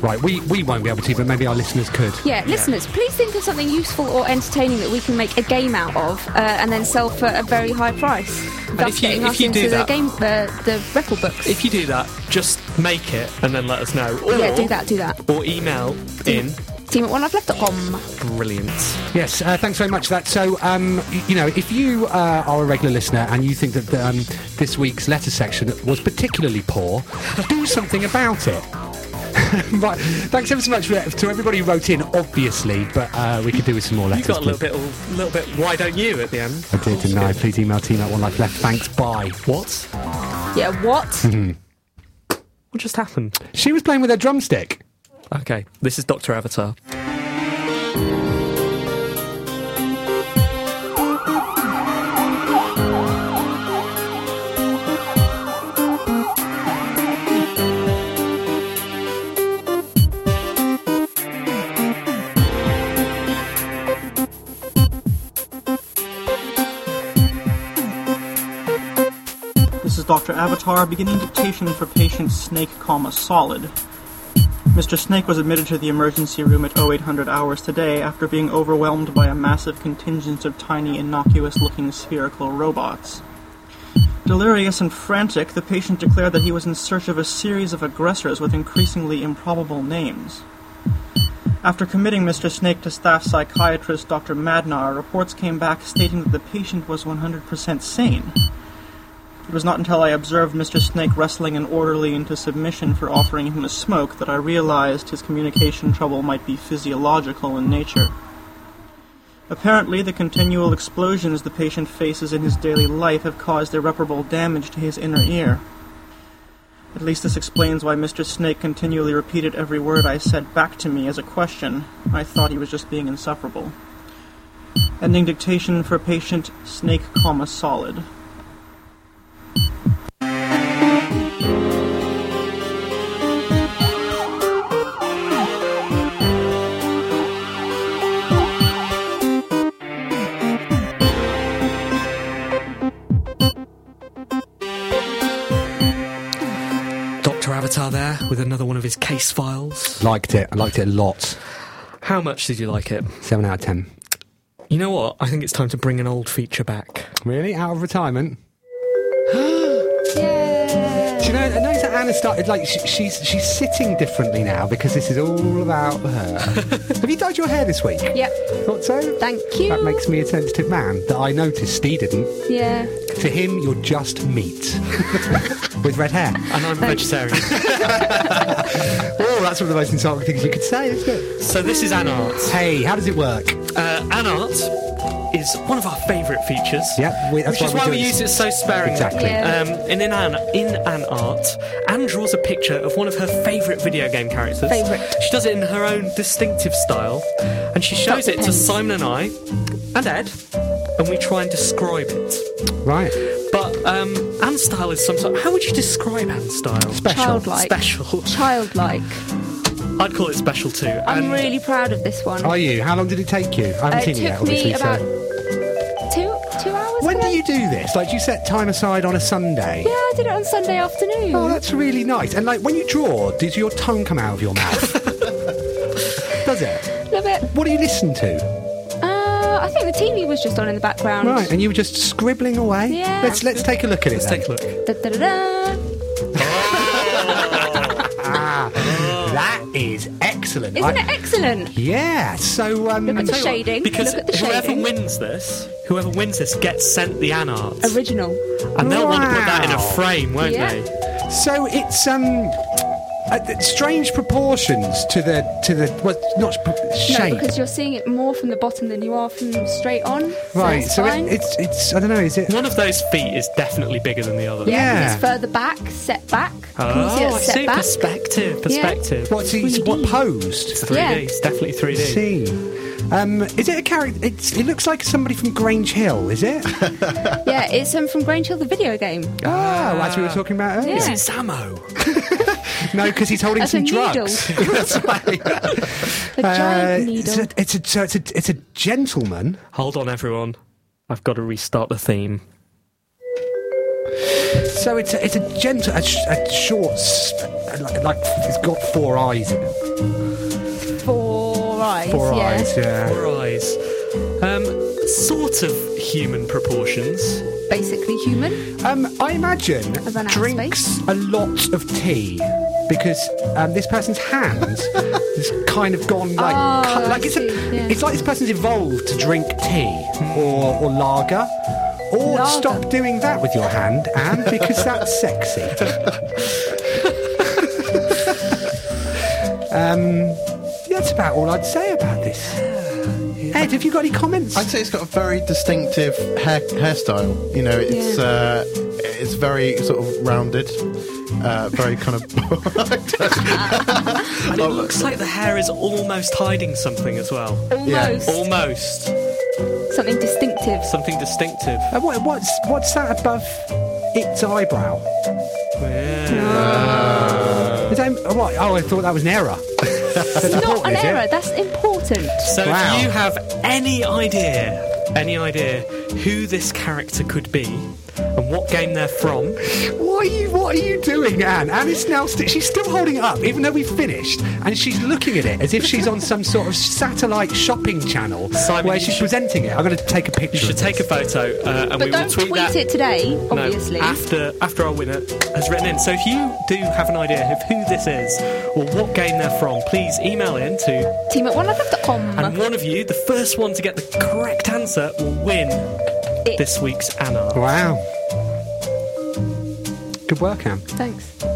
Right, we, we won't be able to, but maybe our listeners could. Yeah, listeners, please think of something useful or entertaining that we can make a game out of uh, and then sell for a very high price. Thus if you- getting if us you into do the that- game, uh, the record books. If you do that, just make it and then let us know. Or, yeah, do that, do that. Or email in. Team at onelifeleft.com. Brilliant. Yes, uh, thanks very much for that. So, um, y- you know, if you uh, are a regular listener and you think that the, um, this week's letter section was particularly poor, do something about it. [LAUGHS] right, thanks ever so much for, to everybody who wrote in, obviously, but uh, we could do with some more You letters. got a little please. bit, a little bit. Why don't you at the end? I did, didn't I? Please email team at one life left. Thanks, bye. What? Yeah, what? Mm-hmm. What just happened? She was playing with her drumstick. Okay, this is Doctor Avatar. This is Dr. Avatar beginning dictation for patient Snake, comma, solid. Mr. Snake was admitted to the emergency room at 0800 hours today after being overwhelmed by a massive contingent of tiny, innocuous looking spherical robots. Delirious and frantic, the patient declared that he was in search of a series of aggressors with increasingly improbable names. After committing Mr. Snake to staff psychiatrist Dr. Madnar, reports came back stating that the patient was 100% sane. It was not until I observed Mr. Snake wrestling an orderly into submission for offering him a smoke that I realized his communication trouble might be physiological in nature. Apparently, the continual explosions the patient faces in his daily life have caused irreparable damage to his inner ear. At least this explains why Mr. Snake continually repeated every word I said back to me as a question. I thought he was just being insufferable. Ending dictation for patient Snake, comma, solid. Doctor Avatar there with another one of his case files. Liked it. I liked it a lot. How much did you like it? Seven out of ten. You know what? I think it's time to bring an old feature back. Really? Out of retirement? Do you know, I noticed that Anna started, like, sh- she's, she's sitting differently now because this is all about [LAUGHS] her. Have you dyed your hair this week? Yep, Thought so? thank you. That makes me a sensitive man that I noticed Steve didn't. Yeah. To him, you're just [LAUGHS] meat with red hair. And I'm a vegetarian. [LAUGHS] Oh, that's one of the most insulting things you could say, isn't it? so this is Anart. Hey, how does it work? Uh, Anart is one of our favourite features. Yeah, we- that's which is why we why do we it. use it so sparingly. Exactly. Yeah. Um, and in an in an art, Anne draws a picture of one of her favourite video game characters. Favourite. She does it in her own distinctive style, and she shows it to depends. Simon and I, and Ed, and we try and describe it. Right. But um, Anne's style is some sort. How would you describe Anne's style? Special. Childlike. Special. Childlike. I'd call it special too. I'm and really proud of this one. Are you? How long did it take you? I haven't Uh, seen it it yet, took obviously. me about so. when do you do this? Like, do you set time aside on a Sunday? Yeah, I did it on Sunday afternoon. Oh, that's really nice. And like, when you draw, does your tongue come out of your mouth? does it? Love it. What do you listen to? Uh, I think the TV was just on in the background. Right, and you were just scribbling away. Yeah. Let's let's take a look at it. Let's take a look. Da, da, da, da. Ah, that is excellent. Isn't I- it excellent? Yeah. So um, Look at the Tell you what, shading. Because Look at the whoever shading. wins this, whoever wins this gets sent the anart, Original. and they'll want to put that in a Wow. frame, won't Yeah. they? So it's um uh, strange proportions to the to the well, not pro- No, shape. because you're seeing it more from the bottom than you are from straight on. So right. it's So it, fine. it's it's I don't know. Is it? One of those feet is definitely bigger than the other. yeah, 'cause yeah. it's further back, set back. Can you see Oh, it's I set see. back? Perspective. Yeah. Perspective. What's it's what posed? It's 3D. Yeah. It's definitely 3D. See. Um, is it a character? It's, it looks like somebody from Grange Hill, is [LAUGHS] it? oh, Yeah, it's um, from Grange Hill, the video game. Ah, as we were talking about earlier. Yeah. Samo. No, because he's holding That's some a needle. [LAUGHS] drugs. [LAUGHS] That's right. A giant Uh, needle. It's a, it's a, so it's a, it's a gentleman. Hold on, everyone. I've got to restart the theme. So it's a, it's a gentle, a, sh- a short, s- like, like it's got four eyes in it. Four eyes. Four yeah. eyes, yeah. Four eyes. Um, sort of human proportions. Basically human. Um, I imagine Of an outer drinks a lot of tea because um, this person's [LAUGHS] hand has kind of gone like Oh, like I it's see, yeah. it's like this person's evolved to drink tea or or lager. Or Lager. Oh, stop doing that with your hand, Anne, because that's [LAUGHS] sexy. um, that's about all I'd say about this. [SIGHS] Ed, have you got any comments? I'd say it's got a very distinctive hair, hairstyle. You know, it's Yeah. uh, it's very sort of rounded, uh, very kind of. [LAUGHS] And it looks like the hair is almost hiding something as well. Almost. Almost. Something distinctive. Something distinctive. Uh, what, what's what's that above its eyebrow? Uh, Is that, oh, what? Oh, I thought that was an error. That's Not important, an is it? error. That's important. So Wow. if you have any idea, any idea who this character could be and what game they're from, What are you What are you doing, Anne? Anne is now st- she's still holding it up, even though we finished, and she's looking at it as if she's on some sort of satellite shopping channel Simon, where you she's should- presenting it. I'm going to take a picture. you should of take a this. photo uh, and we But will don't tweet, tweet, that. it today, No, obviously. after after our winner has written in. So if you do have an idea of who this is or what game they're from, please email in to Team at onelife.com. and one of you, the first one to get the correct answer, will win this week's Anna. Wow. Good work, Anne. Thanks. So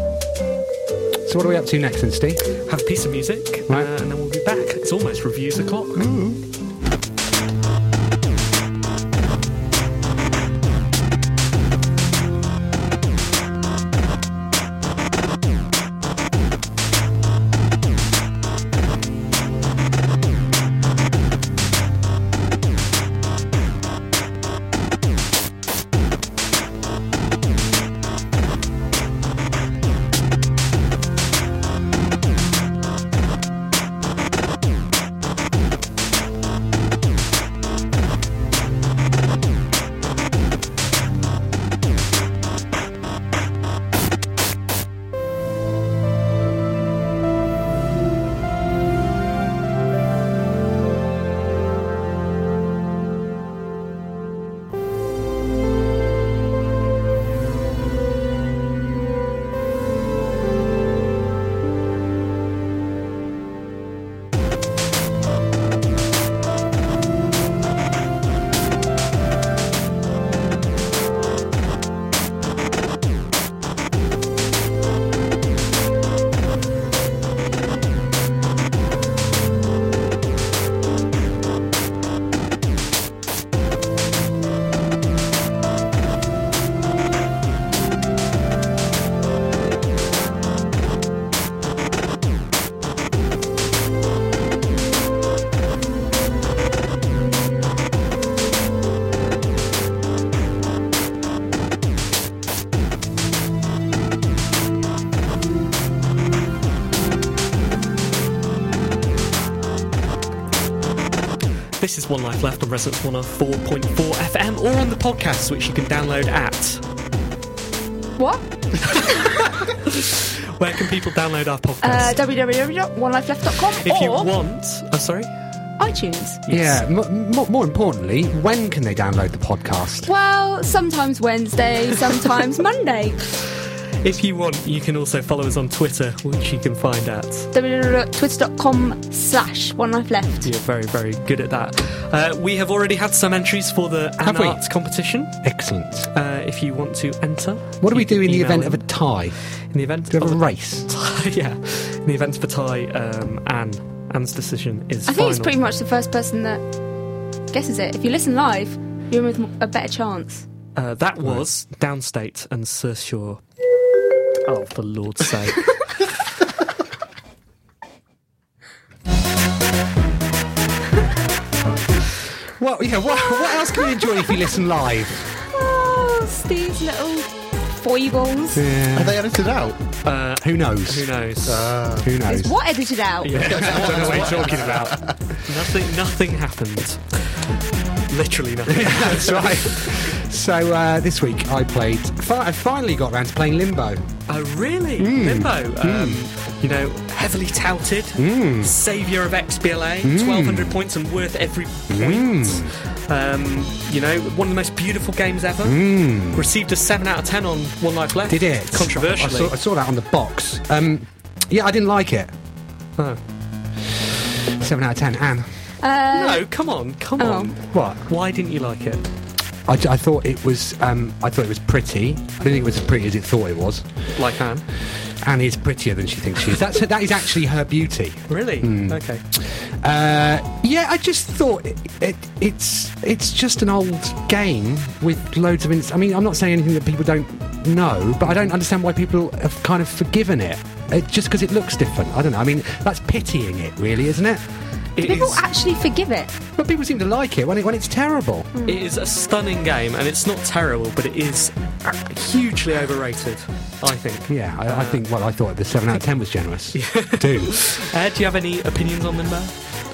what are we up to next, then, Steve? Have a piece of music, Right. uh, and then we'll be back. It's almost reviews o'clock. Thank This is One Life Left on Resonance 104.4 FM or on the podcast, which you can download at. What? Where can people download our podcast? Uh, www.onelifeleft.com if you or want. I'm sorry? iTunes. Yeah. M- m- more importantly, when can they download the podcast? Well, sometimes Wednesday, sometimes [LAUGHS] Monday. If you want, you can also follow us on Twitter, which you can find at. www.twitter.com slash one life left. You're very, very good at that. Uh, we have already had some entries for the Have An we? Arts competition. Excellent. Uh, if you want to enter, What do you we do can in the email event in. of a tie? in the event Do we of have a a race? [LAUGHS] tie, yeah, in the event of a tie, um, Anne, Anne's decision is. I think it's final. pretty much the first person that guesses it. If you listen live, you're in with a better chance. Uh, that was Downstate and Surshore. Oh, [LAUGHS] for Lord's sake. Well, yeah. What, what else can we enjoy if you listen live? Oh, Steve's little foibles. Are they edited out? Uh, Who knows? Uh, who knows? Who knows? It's what edited out. I don't know what you're talking about. Nothing. Nothing happened. Literally nothing. [LAUGHS] That's right. So uh, this week I played. Fi- I finally got around to playing Limbo. Oh, really? Hmm. Limbo. Um, You know, heavily touted, Hmm. saviour of XBLA, 1,200 points and worth every Hmm. point. Um, you know, one of the most beautiful games ever. Received a 7 out of 10 on One Life Left. Hmm. Did it? Controversially. I saw, I saw that on the box. Um, yeah, I didn't like it. Oh. Seven out of ten. Anne, Uh, no, come on, come Oh. on. what? Why didn't you like it? I, I thought it was. Um, I thought it was pretty. I didn't think it was as pretty as it thought it was. Like Anne? Annie is prettier than she thinks she is. That's that is actually her beauty. Really? Hmm. Okay. Uh, yeah, I just thought it, it, it's it's just an old game with loads of. Ins- I mean, I'm not saying anything that people don't know, but I don't understand why people have kind of forgiven it. It just because it looks different. I don't know. I mean, that's pitying it, really, isn't it? It people is- actually forgive it. But people seem to like it when it when it's terrible. Hmm. It is a stunning game, and it's not terrible, but it is hugely overrated, I think. Yeah, I, I think. Well, I thought the seven out of ten was [LAUGHS] generous. Do. Uh, do you have any opinions on Limbo?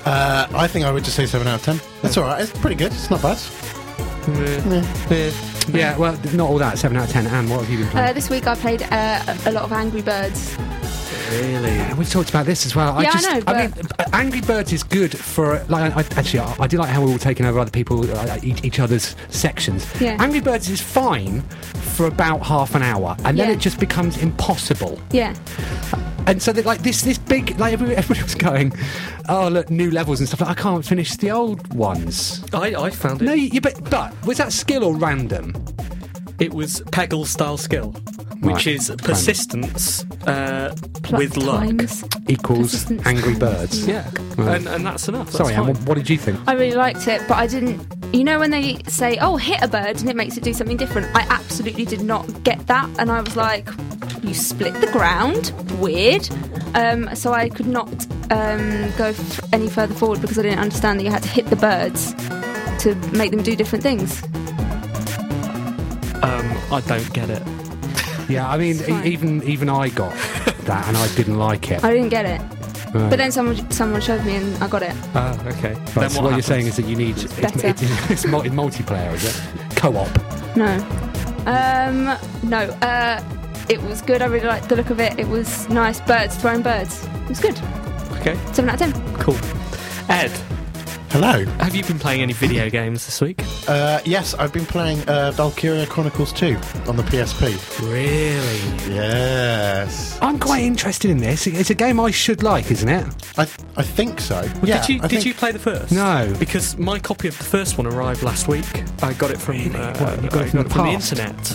Uh, I think I would just say seven out of ten. [LAUGHS] That's all right. It's pretty good. It's not bad. Yeah. Well, not all that. Seven out of ten. Anne, what have you been playing? [LAUGHS] Uh, this week I played uh, a- a lot of Angry Birds. Really? Yeah, we talked about this as well. Yeah, I, I just, know, I mean, Angry Birds is good for like. I, actually, I, I do like how we're all taking over other people, uh, each, each other's sections. Yeah. Angry Birds is fine for about half an hour, and then Yeah. it just becomes impossible. Yeah. And so, that, like this, this big, like [LAUGHS] everybody, everybody was going, oh look, new levels and stuff. Like, I can't finish the old ones. I, I found it. No, you, but but was that skill or random? It was Peggle style skill, which Right. is persistence uh, Plus with luck. times. Equals Persistence. Angry Birds. Yeah, Right. and, and that's enough. That's Sorry, Anne, fine. what, what did you think? I really liked it, but I didn't. You know when they say, "Oh, hit a bird" and it makes it do something different. I absolutely did not get that, and I was like, "You split the ground, weird." Um, so I could not um, go f- any further forward because I didn't understand that you had to hit the birds to make them do different things. um, I don't get it. Yeah, I mean, It's e- fine. even even I got that, and I didn't like it. I didn't get it, Right. but then someone someone showed me and I got it. Ah, okay. Right, Then so what you're happens? saying is that you need it's, better. it's, it's mul- it's multiplayer, is it? Co-op. No, um, no. Uh, it was good. I really liked the look of it. It was nice. Birds throwing birds. It was good. Okay, Seven out of ten. cool. Ed, Hello. have you been playing any video games this week? Uh, yes, I've been playing uh, Valkyria Chronicles 2 on the PSP. Really? Yes. I'm quite interested in this. It's a game I should like, isn't it? I, I think so. yeah, did you I did think- you play the first? No. because my copy of the first one arrived last week. I got it from uh, What, you got it I from the the past? internet.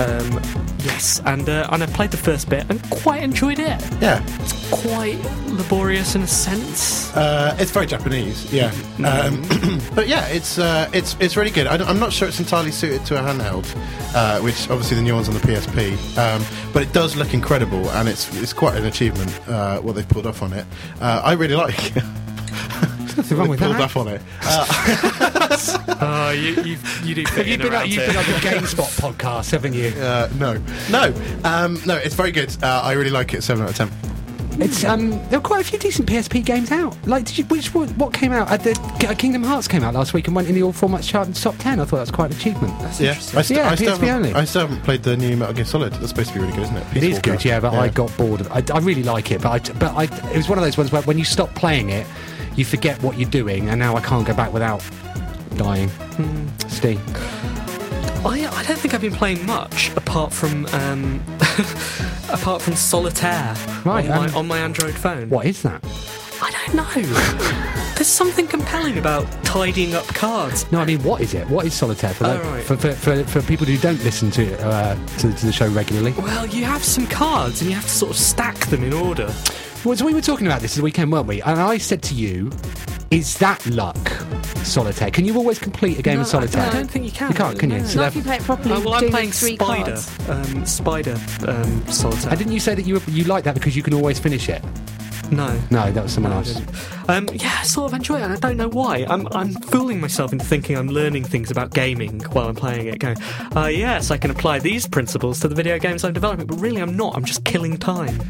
Um, yes, and uh, and I played the first bit and quite enjoyed it. Yeah. Quite laborious in a sense. Uh, it's very Japanese, yeah. Um, [CLEARS THROAT] but yeah, it's uh, it's it's really good. I am not sure it's entirely suited to a handheld, uh, which obviously the new one's on the PSP. Um, but it does look incredible, and it's it's quite an achievement uh, what they've pulled off on it. Uh, I really like. There's nothing wrong with pulled that. off [LAUGHS] on it. Uh, Oh, you, you, you do fit You've been, on- you've been [LAUGHS] on the GameSpot podcast, haven't you? uh, no, no, um, no. It's very good. Uh, I really like it. Seven out of ten. It's um, there were quite a few decent PSP games out. Like, did you, which one, what came out? Uh, the uh, Kingdom Hearts came out last week and went in the all formats chart in the top ten. I thought that was quite an achievement. That's yeah, I, st- yeah, I, still PSP only. haven't, I still haven't played the new Metal Gear Solid. That's supposed to be really good, isn't it? It Peace is Walker. good, yeah, but I got bored of it. I, I really like it, but I, but I, it was one of those ones where when you stop playing it, you forget what you're doing, and now I can't go back without dying. Hmm. Steve. I, I don't think I've been playing much apart from um, [LAUGHS] apart from solitaire Right, on, um, my, on my Android phone. What is that? I [LAUGHS] don't know. There's something compelling about tidying up cards. No, I mean, what is it? What is solitaire for, Oh, tho- right. for, for, for, for people who don't listen to, uh, to to the show regularly? Well, you have some cards and you have to sort of stack them in order. Well, so we were talking about this the weekend, weren't we? And I said to you, is that luck? Solitaire. Can you always complete a game of No, I- solitaire? I don't think you can. You can't, can you? No. So Not therefore- play it properly. Oh, well, I'm do with playing three Spider. cards. Um, spider um, solitaire. And didn't you say that you you like that because you can always finish it? No. No, that was someone No, I else. Um, yeah, I sort of enjoy it, and I don't know why. I'm, I'm fooling myself into thinking I'm learning things about gaming while I'm playing it, going, uh, yes, I can apply these principles to the video games I'm developing, but really I'm not. I'm just killing time.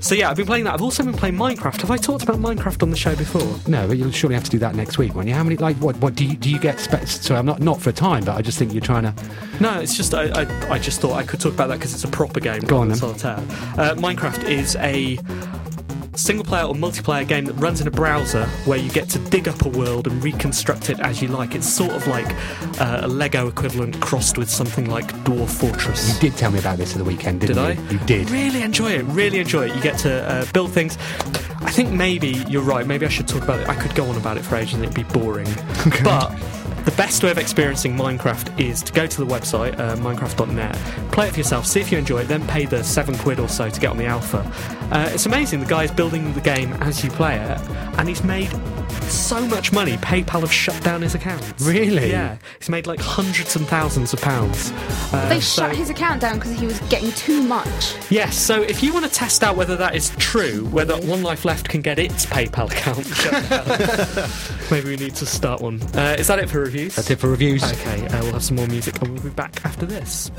So yeah, I've been playing that. I've also been playing Minecraft. Have I talked about Minecraft on the show before? No, but you'll surely have to do that next week, won't you? How many like what what do you do you get spe- sorry, I'm not not for time, but I just think you're trying to No, it's just I, I, I just thought I could talk about that because it's a proper game. Go on rather then. than Solitaire. Uh, Minecraft is a single player or multiplayer game that runs in a browser where you get to dig up a world and reconstruct it as you like. It's sort of like uh, a Lego equivalent crossed with something like Dwarf Fortress. You did tell me about this at the weekend, didn't Did you? I? You did. Really enjoy it. Really enjoy it. You get to uh, build things. I think maybe you're right. Maybe I should talk about it. I could go on about it for ages and it'd be boring. But the best way of experiencing Minecraft is to go to the website, uh, minecraft.net, play it for yourself, see if you enjoy it, then pay the seven quid or so to get on the alpha. Uh, it's amazing. The guy's building the game as you play it, and he's made so much money. PayPal have shut down his accounts. Really? Yeah. He's made like hundreds and thousands of pounds. Uh, They so- shut his account down because he was getting too much. Yes, so if you want to test out whether that is true, whether One Life Left can get its PayPal account, shut down, [LAUGHS] maybe we need to start one. Uh, is that it for reviews? That's it for reviews. Okay, uh, we'll have some more music and we'll be back after this.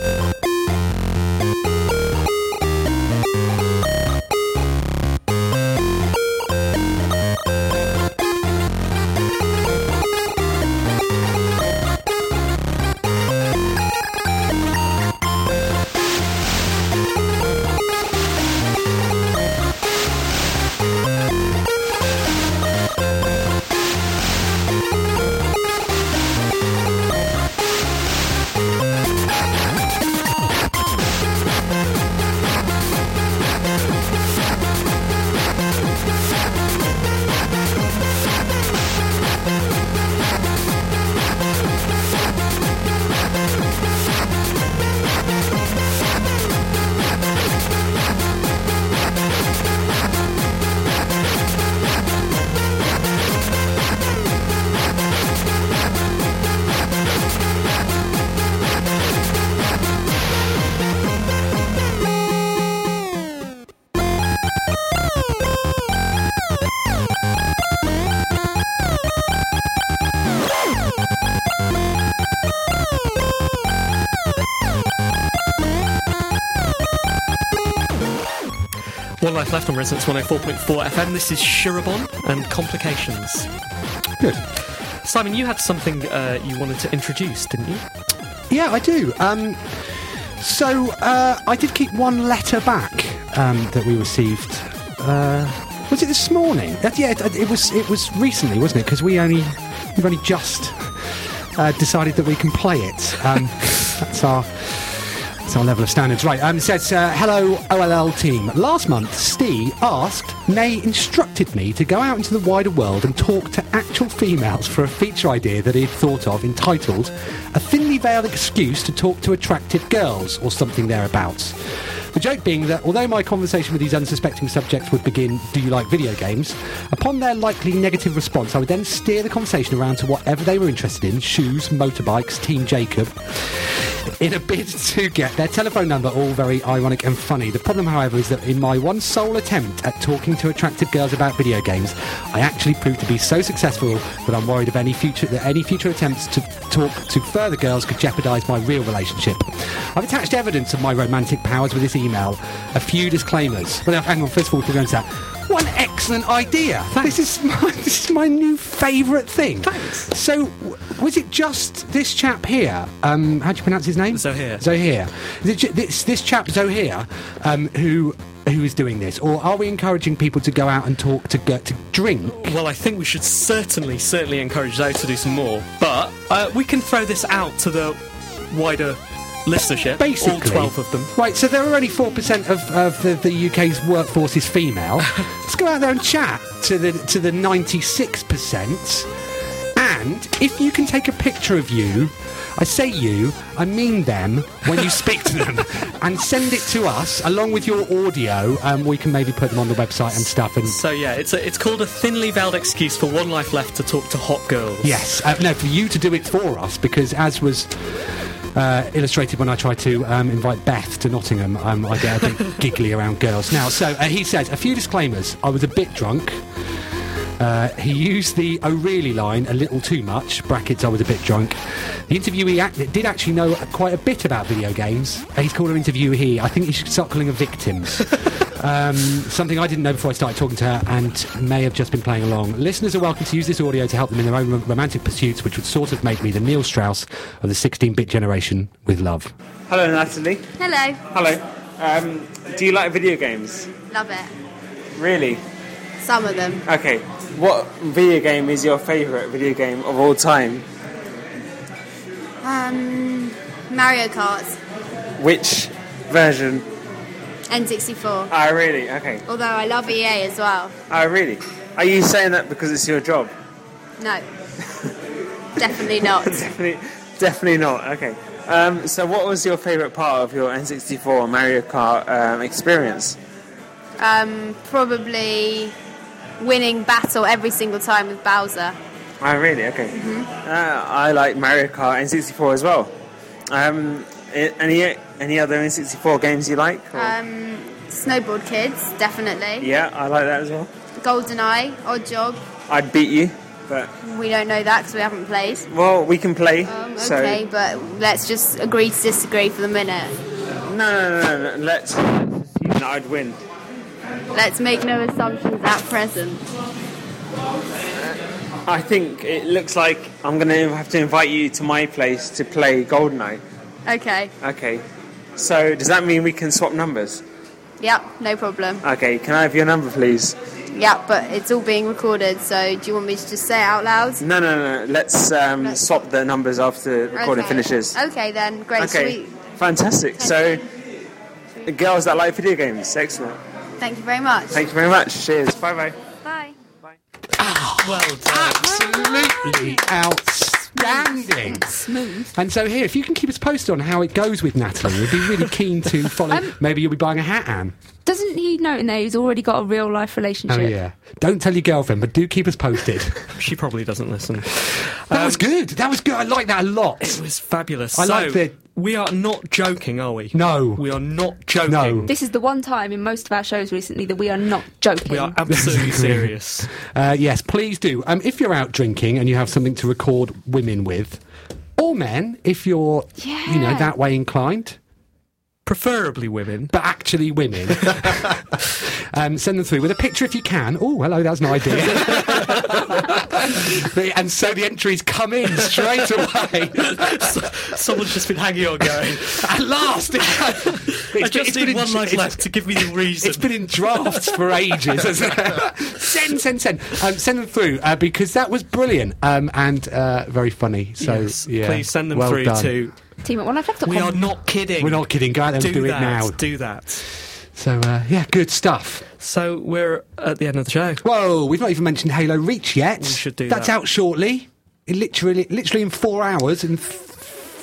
One oh Life Left on Resonance 104.4 FM. This is Shirabon and Complications. Good. Simon, you had something uh, you wanted to introduce, didn't you? Yeah, I do. Um, [LAUGHS] so uh, I did keep one letter back um, that we received. Uh, was it this morning? That, yeah, it, it was. It was recently, wasn't it? Because we only we've only just uh, decided that we can play it. Um, [LAUGHS] that's our. That's our level of standards. Right, um, it says, uh, hello OLL team. Last month, Steve asked, nay, instructed me to go out into the wider world and talk to actual females for a feature idea that he had thought of entitled A Thinly Veiled Excuse to Talk to Attractive Girls or something thereabouts. The joke being that although my conversation with these unsuspecting subjects would begin, do you like video games? Upon their likely negative response, I would then steer the conversation around to whatever they were interested in shoes, motorbikes, Team Jacob in a bid to get their telephone number. All very ironic and funny. The problem, however, is that in my one sole attempt at talking to attractive girls about video games, I actually proved to be so successful that I'm worried of any future that any future attempts to talk to further girls could jeopardise my real relationship. I've attached evidence of my romantic powers with this email a few disclaimers. Well, now, hang on, first of all, before we go into that, what an excellent idea! This is my, [LAUGHS] this is my new favourite thing. Thanks. So, w- was it just this chap here? Um, how do you pronounce his name? Zohir. Zohir. Is it ju- This, this chap Zohir, um, who who is doing this, or are we encouraging people to go out and talk to go, to drink? Well, I think we should certainly, certainly encourage those to do some more. But uh, we can throw this out to the wider listenership. all Basically. twelve of them. Right, so there are only 4% of, of the, the UK's workforce is female. Let's go out there and chat to the, to the 96%. And if you can take a picture of you, I say you, I mean them, when you speak to them, and send it to us along with your audio, um, we can maybe put them on the website and stuff. And So yeah, it's a, it's called a thinly veiled excuse for one life left to talk to hot girls. Yes, uh, no, for you to do it for us because as was. Uh, illustrated when I tried to um, invite Beth to Nottingham, um, I get a bit giggly around girls. Now, so uh, he says a few disclaimers. I was a bit drunk. Uh, he used the O'Reilly line a little too much. Brackets. I was a bit drunk. The interviewee act- did actually know quite a bit about video games. Uh, he's called her interviewee. I think he should start calling her victims. um, something I didn't know before I started talking to her and may have just been playing along. Listeners are welcome to use this audio to help them in their own rom- romantic pursuits, which would sort of make me the Neil Strauss of the 16-bit generation with love. Hello, Natalie. Hello. Hello. Um, do you like video games? Love it. Really? Some of them. Okay. What video game is your favourite video game of all time? Um, Mario Kart, Which version? N64. Ah, really? Okay. Although I love EA as well. Ah, really? Are you saying that because it's your job? [LAUGHS] No. Definitely not. definitely, definitely not. Okay. Um, so, what was your favourite part of your N64 Mario Kart um, experience? Um, probably winning battle every single time with Bowser. Ah, really? Okay. Uh, I like Mario Kart N64 as well. Um, i- any any other N64 games you like? Or- Um, Snowboard Kids, definitely. Yeah, I like that as well. GoldenEye, Odd Job. I'd beat you, but We don't know that because we haven't played. well, we can play. Um, so okay, but let's just agree to disagree for the minute. no, no, no, no, no. Let's, let's assume that I'd win. Let's make no assumptions at present. I think it looks like I'm gonna have to invite you to my place to play Goldeneye. Okay. Okay. So does that mean we can swap numbers? Yep, no problem. Okay. Can I have your number, please? Yep, but it's all being recorded, so do you want me to just say it out loud? No, no, no. no. Let's um, swap the numbers after the Okay. recording Uh, finishes. Okay then, great. Okay, Sweet. fantastic. So, girls that like video games, excellent. Thank you very much. Thank you very much. Cheers. Bye bye. Bye. Well done. Absolutely outstanding. Smooth. And so here, if you can keep us posted on how it goes with Natalie, we'd be really keen to follow. Um, Maybe you'll be buying a hat, Anne. Doesn't he note in there he's already got a real life Oh relationship? yeah. Don't tell your girlfriend, but do keep us posted. [LAUGHS] She probably doesn't listen. Um, That was good. That was good. I like that a lot. It was fabulous. I so, like the. We are not joking, are we? No. We are not joking. This is the one time in most of our shows recently that we are not joking. We are [LAUGHS] absolutely serious. Uh, yes, please do. Um, if you're out drinking and you have something to record women with, or men, if you're you know Yeah. that way inclined. Preferably women, but actually women. [LAUGHS] [LAUGHS] um, send them through with a picture if you can. Oh, hello, that's an idea. [LAUGHS] But- [LAUGHS] and so the entries come in straight [LAUGHS] away. Someone's just been hanging on going. At last, it, [LAUGHS] I been- just need been in one dra- life it's- left to give me [LAUGHS] the reason. It's been in drafts for ages. hasn't it? send, send, send. Um, send them through uh, because that was brilliant um, and uh, very funny. So Yes, yeah, please send them well through done. to. Team at one life We are not kidding. We're not kidding. Go out there do and do that, it now. [LAUGHS] Do that. So uh, yeah, good stuff. So we're at the end of the show. Whoa, we've not even mentioned Halo Reach yet. We should do That's that. out shortly. It literally, literally in four hours and f-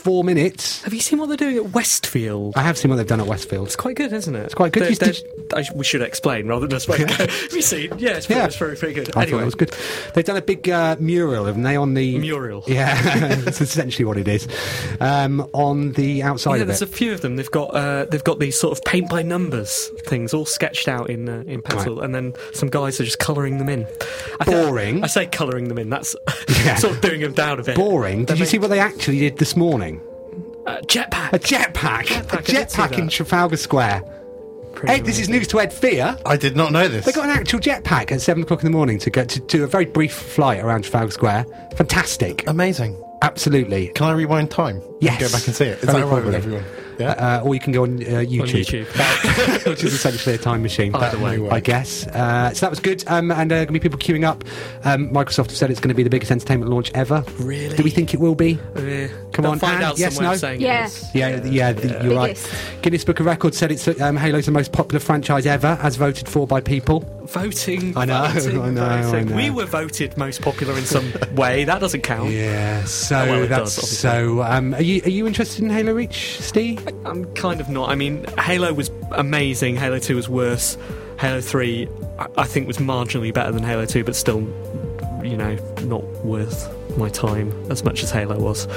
four minutes. Have you seen what they're doing at Westfield? I have seen what they've done at Westfield. It's quite good, isn't it? It's quite good. They're- You did- they're- I sh- we should explain rather than [LAUGHS] just [LAUGHS] like, have you seen? Yeah, it's, pretty, it's very, very good. I thought anyway, it was good. They've done a big uh, mural, haven't they? On the Mural. [LAUGHS] yeah, that's essentially what it is. Um, on the outside yeah, of it. there's a few of them. They've got uh, they've got these sort of paint by numbers things all sketched out in uh, in pencil, and then some guys are just colouring them in. I Boring. I say colouring them in. That's [LAUGHS] sort of doing them down a bit. Boring. Did you see what they actually did this morning? Uh, jetpack. A jetpack. Jetpack, I A did see jetpack in that. Trafalgar Square. Ed, this is news to Ed Fear. I did not know this. They got an actual jetpack at seven o'clock in the morning to go to do a very brief flight around Trafalgar Square. Fantastic. Amazing. Absolutely. Can I rewind time? Yes. Go back and see it. Is Very that all right with probably. everyone? Uh, or you can go on uh, YouTube, [LAUGHS] which is essentially a time machine. Either way. I guess. Uh, so that was good. Um, and uh, going to be people queuing up. Um, Microsoft have said it's going to be the biggest entertainment launch ever. Really? Do we think it will be? Come Uh, They'll on, find Anne, out yes, somewhere no? saying Yeah. it is. Yeah, th- yeah, th- you're Biggest. right. Guinness Book of Records said it's um, Halo's the most popular franchise ever, as voted for by people. Voting. I know, voting, I know, I voting. know. We were voted most popular [LAUGHS] in some way. That doesn't count. Yeah, so uh, Oh, well, it that's does, obviously. so. Um, are you are you interested in Halo Reach, [LAUGHS] Steve? I'm kind of not. I mean, Halo was amazing. Halo 2 was worse. Halo 3, I, I think, was marginally better than Halo 2, but still, you know, not worth my time as much as Halo was.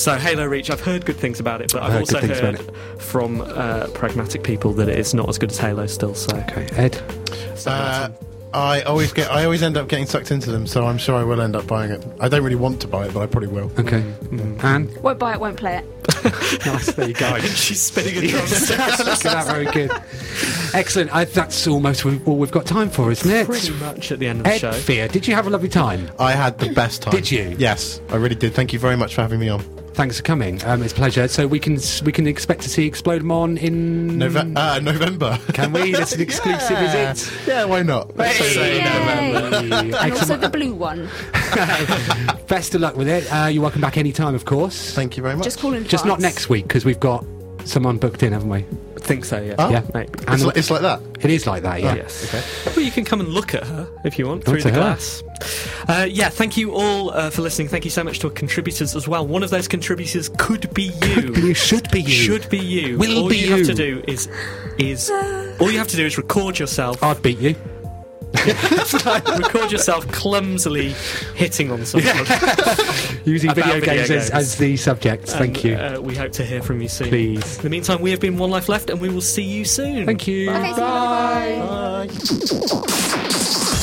So, Halo Reach, I've heard good things about it, but I've I've heard also good things about heard from uh, pragmatic people that it's not as good as Halo still. So, [LAUGHS] okay, Ed. Uh, I always get. I always end up getting sucked into them, so I'm sure I will end up buying it. I don't really want to buy it, but I probably will. Mm. [LAUGHS] Okay. Anne? Won't buy it, won't play it. nice, there you go. She's spinning a drum. [LAUGHS] Yes, that's not very good. Excellent. I, that's almost we- all we've got time for, isn't it? Pretty much at the end of the Ed show. Fear, did you have a lovely time? I had the best time. Did you? Yes, I really did. Thank you very much for having me on. Thanks for coming. Um, it's a pleasure. So we can s- we can expect to see Explode Mon in Nove- uh, November. Can we? [LAUGHS] That's an exclusive, yeah. is it? Yeah, why not? Let's say Yay. November. And also Excellent. the blue one. Best of luck with it. Uh, you're welcome back anytime, of course. Thank you very much. Just call in Just not advance. next week because we've got someone booked in, haven't we? I think so, yeah. Oh. yeah, Maybe. It's, like, it's like that. it is like that. Yeah. Oh, Yes. Well, you can come and look at her if you want Look through the at her. glass. Uh, yeah, thank you all uh, for listening. Thank you so much to our contributors as well. One of those contributors could be you. You should be you. Should be you. Will all be you have you. to do is is all you have to do is record yourself. I'd beat you. [LAUGHS] record yourself clumsily hitting on someone. Using About video, video games, games. As, as the subject. And, Thank you. Uh, we hope to hear from you soon. Please. In the meantime, we have been One Life Left, and we will see you soon. Thank you. Okay, so Bye. bye. Bye.